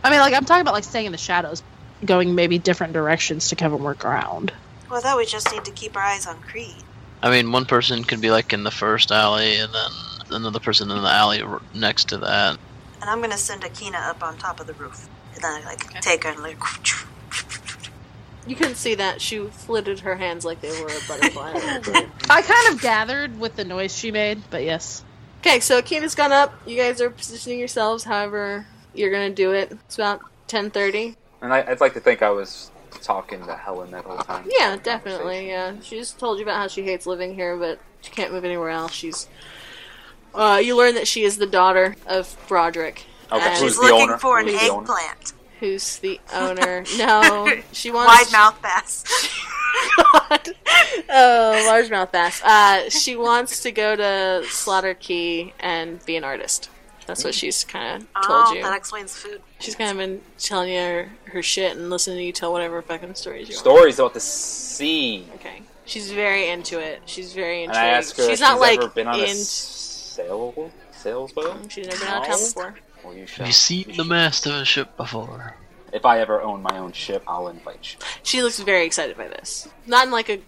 [SPEAKER 5] I mean, like I'm talking about like staying in the shadows, going maybe different directions to cover more ground.
[SPEAKER 6] Well, that we just need to keep our eyes on Creed.
[SPEAKER 3] I mean, one person could be like in the first alley, and then another person in the alley r- next to that.
[SPEAKER 6] And I'm gonna send Akina up on top of the roof, and then I like take her and like. <laughs>
[SPEAKER 2] You couldn't see that she flitted her hands like they were a butterfly. <laughs>
[SPEAKER 5] I kind of gathered with the noise she made, but yes.
[SPEAKER 2] okay, so Akina's gone up. You guys are positioning yourselves. However, you're gonna do it. It's about ten thirty.
[SPEAKER 4] Uh, And I, I'd like to think I was talking to Helen that whole time.
[SPEAKER 2] Yeah, definitely. Yeah, she's told you about how she hates living here, but she can't move anywhere else. She's. Uh, you learn that she is the daughter of Broderick,
[SPEAKER 4] Okay,
[SPEAKER 2] And-
[SPEAKER 4] who's
[SPEAKER 6] She's
[SPEAKER 4] the
[SPEAKER 6] looking
[SPEAKER 4] owner?
[SPEAKER 6] for an
[SPEAKER 4] Who's the owner?
[SPEAKER 6] eggplant.
[SPEAKER 2] who's the owner. no, Oh, she
[SPEAKER 6] Wide
[SPEAKER 2] wants
[SPEAKER 6] mouth bass.
[SPEAKER 2] God. oh, largemouth bass. Uh, she wants to go to Slaughter Key and be an artist. That's what she's kind of
[SPEAKER 6] <laughs>
[SPEAKER 2] <laughs>
[SPEAKER 6] Oh,
[SPEAKER 2] told you.
[SPEAKER 6] that explains food.
[SPEAKER 2] She's kind of been telling you her, her shit and listening to you tell whatever fucking stories you
[SPEAKER 4] Stories about the sea.
[SPEAKER 2] want. Okay. She's very into it. She's very
[SPEAKER 4] And
[SPEAKER 2] intrigued.
[SPEAKER 4] I asked her
[SPEAKER 2] she's
[SPEAKER 4] if
[SPEAKER 2] not
[SPEAKER 4] she's
[SPEAKER 2] like
[SPEAKER 4] ever been on a
[SPEAKER 2] in. Mm,
[SPEAKER 4] sail sailboat.
[SPEAKER 2] She's never been on a town
[SPEAKER 4] No.
[SPEAKER 2] before.
[SPEAKER 4] Well, you shall.
[SPEAKER 3] Have you seen the mast of a ship before?
[SPEAKER 4] If I ever own my own ship, I'll invite
[SPEAKER 6] <laughs>
[SPEAKER 4] you.
[SPEAKER 2] She looks very excited by this. Not in like a g-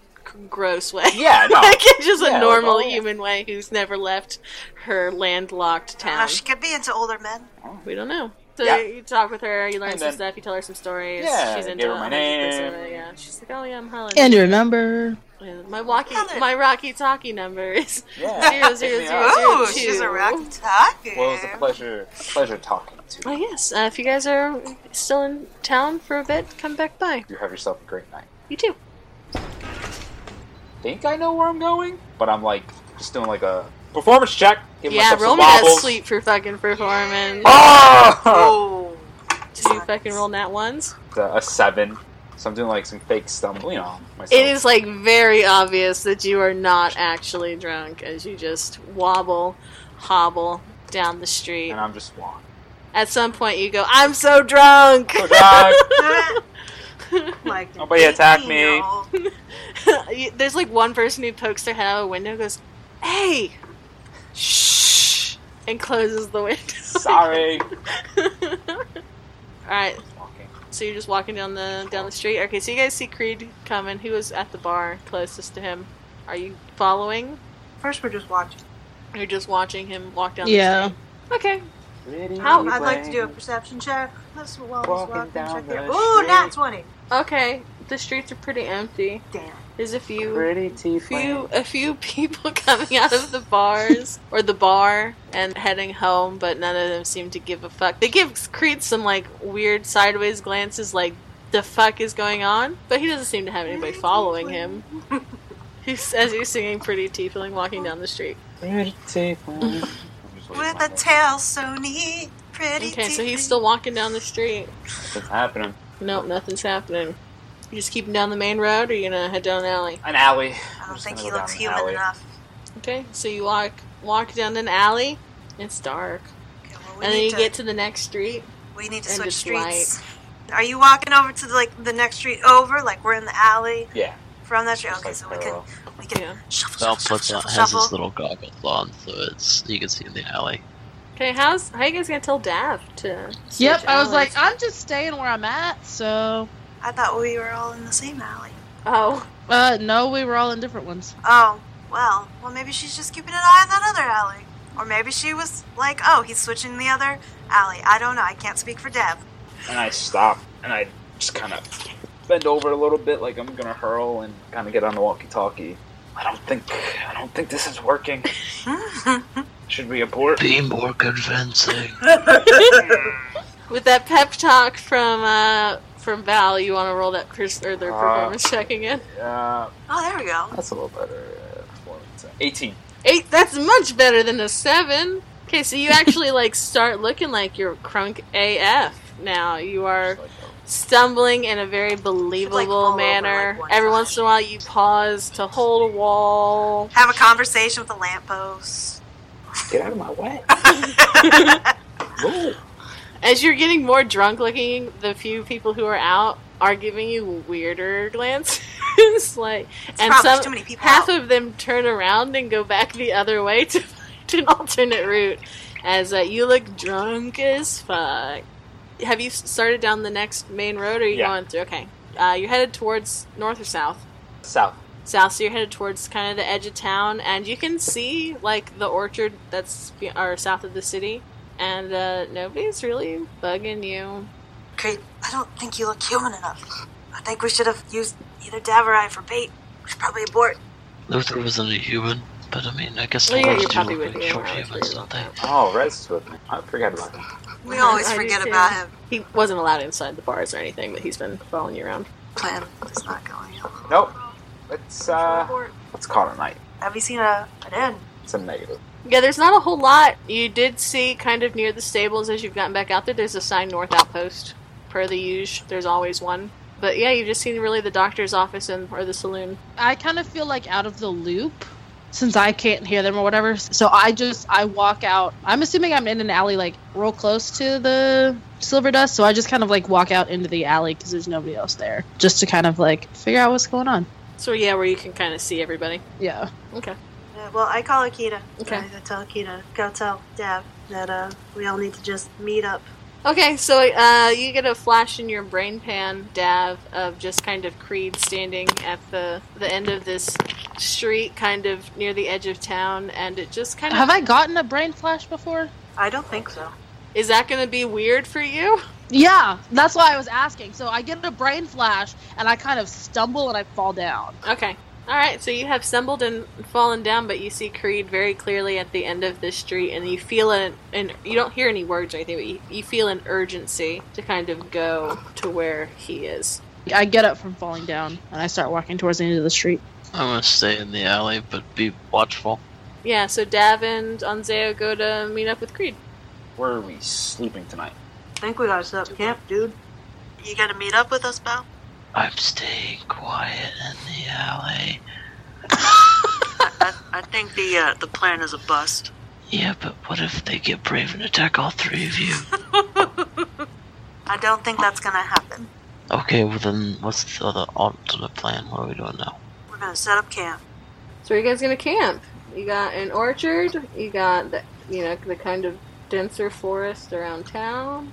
[SPEAKER 2] gross way. <laughs>
[SPEAKER 4] Yeah, no.
[SPEAKER 2] like in just
[SPEAKER 4] Yeah,
[SPEAKER 2] a normal
[SPEAKER 4] like, oh, yeah.
[SPEAKER 2] human way who's never left her landlocked
[SPEAKER 6] Oh,
[SPEAKER 2] town.
[SPEAKER 6] she could be into older men.
[SPEAKER 2] We don't know. So
[SPEAKER 4] Ah, Yeah.
[SPEAKER 2] you talk with her, you learn
[SPEAKER 4] And
[SPEAKER 2] some
[SPEAKER 4] then-
[SPEAKER 2] stuff, you tell her some stories.
[SPEAKER 4] Yeah,
[SPEAKER 2] she's into
[SPEAKER 4] give her
[SPEAKER 2] it,
[SPEAKER 4] my
[SPEAKER 2] I'm into this,
[SPEAKER 4] name.
[SPEAKER 2] uh, Yeah, she's like, oh yeah, I'm Helen.
[SPEAKER 5] And you remember.
[SPEAKER 2] Yeah, my walkie,
[SPEAKER 6] Helen.
[SPEAKER 2] my rocky talkie number is
[SPEAKER 4] Yeah.
[SPEAKER 2] zero
[SPEAKER 4] pick
[SPEAKER 2] zero
[SPEAKER 4] me
[SPEAKER 2] zero
[SPEAKER 4] up.
[SPEAKER 2] zero
[SPEAKER 6] Oh,
[SPEAKER 2] two.
[SPEAKER 6] she's a rocky talker.
[SPEAKER 4] Well, it was a pleasure, pleasure talking to
[SPEAKER 2] Oh
[SPEAKER 4] you.
[SPEAKER 2] yes, uh, if you guys are still in town for a bit, come back by.
[SPEAKER 4] You have yourself a great night.
[SPEAKER 2] You too.
[SPEAKER 4] Think I know where I'm going, but I'm like just doing like a performance check. Give
[SPEAKER 2] yeah,
[SPEAKER 4] myself
[SPEAKER 2] roll
[SPEAKER 4] some
[SPEAKER 2] me Oh. that
[SPEAKER 4] wobbles.
[SPEAKER 2] sleep for fucking performance.
[SPEAKER 4] Ah! <laughs>
[SPEAKER 6] Oh,
[SPEAKER 2] <laughs> Did you fucking roll nat ones?
[SPEAKER 4] The- a seven. So I'm doing like some fake stumble, you know. Myself.
[SPEAKER 2] It is like very obvious that you are not actually drunk as you just wobble, hobble down the street.
[SPEAKER 4] and I'm just
[SPEAKER 2] <laughs>
[SPEAKER 4] walking.
[SPEAKER 2] At some point, you go, I'm so drunk!
[SPEAKER 4] So drunk.
[SPEAKER 6] like an
[SPEAKER 4] Nobody attack me.
[SPEAKER 6] 18-year-old.
[SPEAKER 2] <laughs> You- There's like one person who pokes their head out of a window and goes, Hey! Shh! And closes the window. <laughs>
[SPEAKER 4] Sorry.
[SPEAKER 2] Alright,
[SPEAKER 4] Walking.
[SPEAKER 2] so you're just walking down the down the street. Okay, so you guys see Creed coming. Who was at the bar closest to him? Are you following?
[SPEAKER 6] First, we're just watching.
[SPEAKER 2] You're just watching him walk down
[SPEAKER 5] Yeah.
[SPEAKER 2] the street. Okay.
[SPEAKER 4] Pretty
[SPEAKER 2] How-
[SPEAKER 6] I'd like to do a
[SPEAKER 4] lady.
[SPEAKER 6] perception check. Let's do a wellness
[SPEAKER 4] Walking
[SPEAKER 6] walking
[SPEAKER 4] down
[SPEAKER 6] check there.
[SPEAKER 4] the
[SPEAKER 6] Ooh, nat
[SPEAKER 4] street.
[SPEAKER 6] 20.
[SPEAKER 2] Okay. The streets are pretty empty.
[SPEAKER 6] Damn.
[SPEAKER 2] There's a few
[SPEAKER 4] Pretty tea
[SPEAKER 2] few a few people <laughs> coming out of the bars or the bar and heading home, but none of them seem to give a fuck. They give Creed some like weird sideways glances, like the fuck is going on, but he doesn't seem to have anybody following him. <laughs> He's as he's singing "Pretty Tiefling" walking down the street.
[SPEAKER 4] Pretty tea flame.
[SPEAKER 6] With a tail so neat, pretty
[SPEAKER 2] Okay, so
[SPEAKER 6] teeth.
[SPEAKER 2] he's still walking down the street.
[SPEAKER 4] What's happening?
[SPEAKER 2] Nope, nothing's happening. You just keep him down the main road, or you gonna head down an alley?
[SPEAKER 4] An alley.
[SPEAKER 6] I
[SPEAKER 4] I'm
[SPEAKER 6] don't
[SPEAKER 4] just
[SPEAKER 6] think
[SPEAKER 4] gonna
[SPEAKER 6] he
[SPEAKER 4] go down
[SPEAKER 6] looks
[SPEAKER 4] an
[SPEAKER 6] human
[SPEAKER 4] alley.
[SPEAKER 6] enough.
[SPEAKER 2] Okay, so you walk walk down an alley. It's dark,
[SPEAKER 6] Okay, well, we
[SPEAKER 2] and then
[SPEAKER 6] need
[SPEAKER 2] you
[SPEAKER 6] to,
[SPEAKER 2] get to the next street.
[SPEAKER 6] we need to
[SPEAKER 2] and it's
[SPEAKER 6] switch
[SPEAKER 2] light.
[SPEAKER 6] streets. Are you walking over to like the next street over? Like we're in the alley
[SPEAKER 4] Yeah.
[SPEAKER 6] from that street.
[SPEAKER 4] just
[SPEAKER 6] Okay,
[SPEAKER 4] like
[SPEAKER 6] so we can
[SPEAKER 4] parallel.
[SPEAKER 6] we can
[SPEAKER 2] Yeah.
[SPEAKER 6] shuffle,
[SPEAKER 3] Val
[SPEAKER 6] shuffle,
[SPEAKER 3] puts on
[SPEAKER 6] shuffle,
[SPEAKER 3] has
[SPEAKER 6] shuffle.
[SPEAKER 3] his little goggles on, so it's you can see in the alley.
[SPEAKER 2] Okay, how's how you guys gonna tell Dav to? switch
[SPEAKER 5] Yep, I was like,
[SPEAKER 2] alleys?
[SPEAKER 5] I'm just staying where I'm at, so.
[SPEAKER 6] I thought we were all in the same alley.
[SPEAKER 2] oh,
[SPEAKER 5] Uh, no, we were all in different ones.
[SPEAKER 6] Oh well, well maybe she's just keeping an eye on that other alley, or maybe she was like, oh, he's switching the other alley. I don't know. I can't speak for Deb. <laughs>
[SPEAKER 4] And I stop and I just kind of bend over a little bit, like I'm gonna hurl and kind of get on the walkie-talkie. I don't think I don't think this is working.
[SPEAKER 6] Oh,
[SPEAKER 4] Should we abort?
[SPEAKER 3] Be more convincing.
[SPEAKER 2] with that pep talk from uh from Val, you want to roll that pers- or their
[SPEAKER 4] Uh.
[SPEAKER 2] performance check again?
[SPEAKER 4] Uh,
[SPEAKER 6] Oh, there we go.
[SPEAKER 4] that's a little better. uh, performance. Eighteen.
[SPEAKER 2] Eight. That's much better than a seven. Okay, so you actually
[SPEAKER 5] <laughs>
[SPEAKER 2] like start looking like you're crunk AF. Now you are
[SPEAKER 4] Just like, oh.
[SPEAKER 2] stumbling in a very believable
[SPEAKER 6] fall over,
[SPEAKER 2] manner.
[SPEAKER 6] like, one
[SPEAKER 2] Every
[SPEAKER 6] time.
[SPEAKER 2] once in a while, you pause to hold a wall.
[SPEAKER 6] Have a conversation with the lamppost.
[SPEAKER 4] Get out of my way. Move.
[SPEAKER 2] As you're getting more drunk looking, the few people who are out are giving you weirder glances. <laughs> like,
[SPEAKER 6] It's
[SPEAKER 2] and
[SPEAKER 6] probably
[SPEAKER 2] some
[SPEAKER 6] too many people.
[SPEAKER 2] half
[SPEAKER 6] out.
[SPEAKER 2] of them turn around and go back the other way to <laughs> find an alternate route. As uh, you look drunk as fuck. Have you s- started down the next main road, or are you
[SPEAKER 4] Yeah.
[SPEAKER 2] going through? Okay, uh, you're headed towards north or south.
[SPEAKER 4] South.
[SPEAKER 2] south, so you're headed towards kind of the edge of town, and you can see like the orchard that's be- or south of the city, and uh, nobody's really bugging you.
[SPEAKER 6] Creep, I don't think you look human enough. I think we should have used either Dab or I for bait. We should probably abort.
[SPEAKER 3] Luther wasn't a human. But I mean, I guess
[SPEAKER 2] Well,
[SPEAKER 3] the
[SPEAKER 2] yeah,
[SPEAKER 3] birds
[SPEAKER 2] you
[SPEAKER 3] do
[SPEAKER 2] probably
[SPEAKER 3] look
[SPEAKER 2] would
[SPEAKER 3] like
[SPEAKER 2] be
[SPEAKER 3] short
[SPEAKER 2] allowed to
[SPEAKER 3] humans,
[SPEAKER 2] do
[SPEAKER 3] don't they?
[SPEAKER 4] Oh, Rez is with me. I forgot about him.
[SPEAKER 6] We always
[SPEAKER 2] I do
[SPEAKER 6] forget
[SPEAKER 2] too.
[SPEAKER 6] about him.
[SPEAKER 2] He wasn't allowed inside the bars or anything, but he's been following you around.
[SPEAKER 6] Plan is not going. on.
[SPEAKER 4] Nope. Let's uh, let's call it a night.
[SPEAKER 6] Have you seen a an end?
[SPEAKER 4] It's a negative.
[SPEAKER 2] Yeah, there's not a whole lot. You did see kind of near the stables as you've gotten back out there. There's a sign North Outpost, per the usual. There's always one. But yeah, you've just seen really the doctor's office and or the saloon.
[SPEAKER 5] I kind of feel like out of the loop since I can't hear them or whatever. So I just I walk out. I'm assuming I'm in an alley like real close to the Silver Dust, so I just kind of like walk out into the alley because there's nobody else there, just to kind of like figure out what's going on.
[SPEAKER 2] So yeah, where you can kind of see everybody.
[SPEAKER 5] Yeah.
[SPEAKER 6] Yeah, well, I call Akita.
[SPEAKER 2] Okay.
[SPEAKER 6] I I tell Akita, go tell Dad that uh, we all need to just meet up.
[SPEAKER 2] Okay, so uh, you get a flash in your brain pan, Dav, of just kind of Creed standing at the the end of this street, kind of near the edge of town, and it just kind of
[SPEAKER 5] Have I gotten a brain flash before?
[SPEAKER 6] I don't think so.
[SPEAKER 2] is that going to be weird for you?
[SPEAKER 5] Yeah, that's why I was asking. So I get a brain flash and I kind of stumble and I fall down.
[SPEAKER 2] Okay. All right, so you have stumbled and fallen down, but you see Creed very clearly at the end of this street, and you feel an, and you don't hear any words or anything, but you, you feel an urgency to kind of go to where he is.
[SPEAKER 5] I get up from falling down and I start walking towards the end of the street.
[SPEAKER 3] I'm gonna stay in the alley, but be watchful.
[SPEAKER 2] Yeah, so Dav and Anzeo go to meet up with Creed.
[SPEAKER 4] Where are we sleeping tonight?
[SPEAKER 6] I think we gotta set up camp, dude. You gonna meet up with us, Bo?
[SPEAKER 3] I'm staying quiet in the alley.
[SPEAKER 6] I, I think the uh, the plan is a bust.
[SPEAKER 3] Yeah, but what if they get brave and attack all three of you?
[SPEAKER 6] I don't think that's gonna happen.
[SPEAKER 3] Okay, well then, what's the other alternate plan? What are we doing now?
[SPEAKER 6] We're gonna set up camp.
[SPEAKER 2] So where you guys gonna camp? You got an orchard. You got the you know the kind of denser forest around town.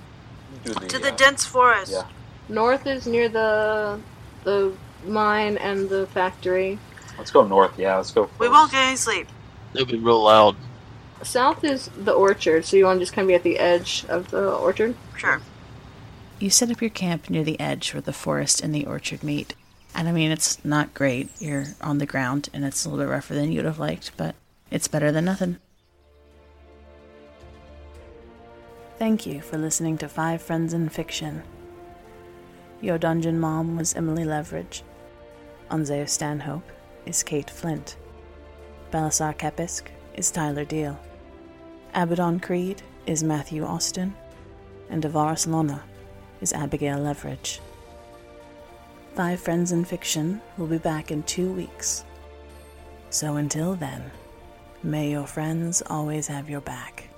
[SPEAKER 4] Do the,
[SPEAKER 6] To the
[SPEAKER 4] uh,
[SPEAKER 6] dense forest.
[SPEAKER 4] yeah.
[SPEAKER 2] North is near the the mine and the factory.
[SPEAKER 4] Let's go north. Yeah, let's go.
[SPEAKER 6] We won't get any sleep.
[SPEAKER 3] It'll be real loud.
[SPEAKER 2] South is the orchard, so you want to just kind of be at the edge of the orchard.
[SPEAKER 6] Sure.
[SPEAKER 8] You set up your camp near the edge where the forest and the orchard meet. And I mean, it's not great. You're on the ground and it's a little bit rougher than you'd have liked, but it's better than nothing.
[SPEAKER 1] Thank you for listening to Five Friends in Fiction. Your dungeon mom was Emily Leverage. Anzeo Stanhope is Kate Flint. Balasar Kapisk is Tyler Deal. Abaddon Creed is Matthew Austin. And Avaris Lona is Abigail Leverage. Five Friends in Fiction will be back in two weeks. So until then, may your friends always have your back.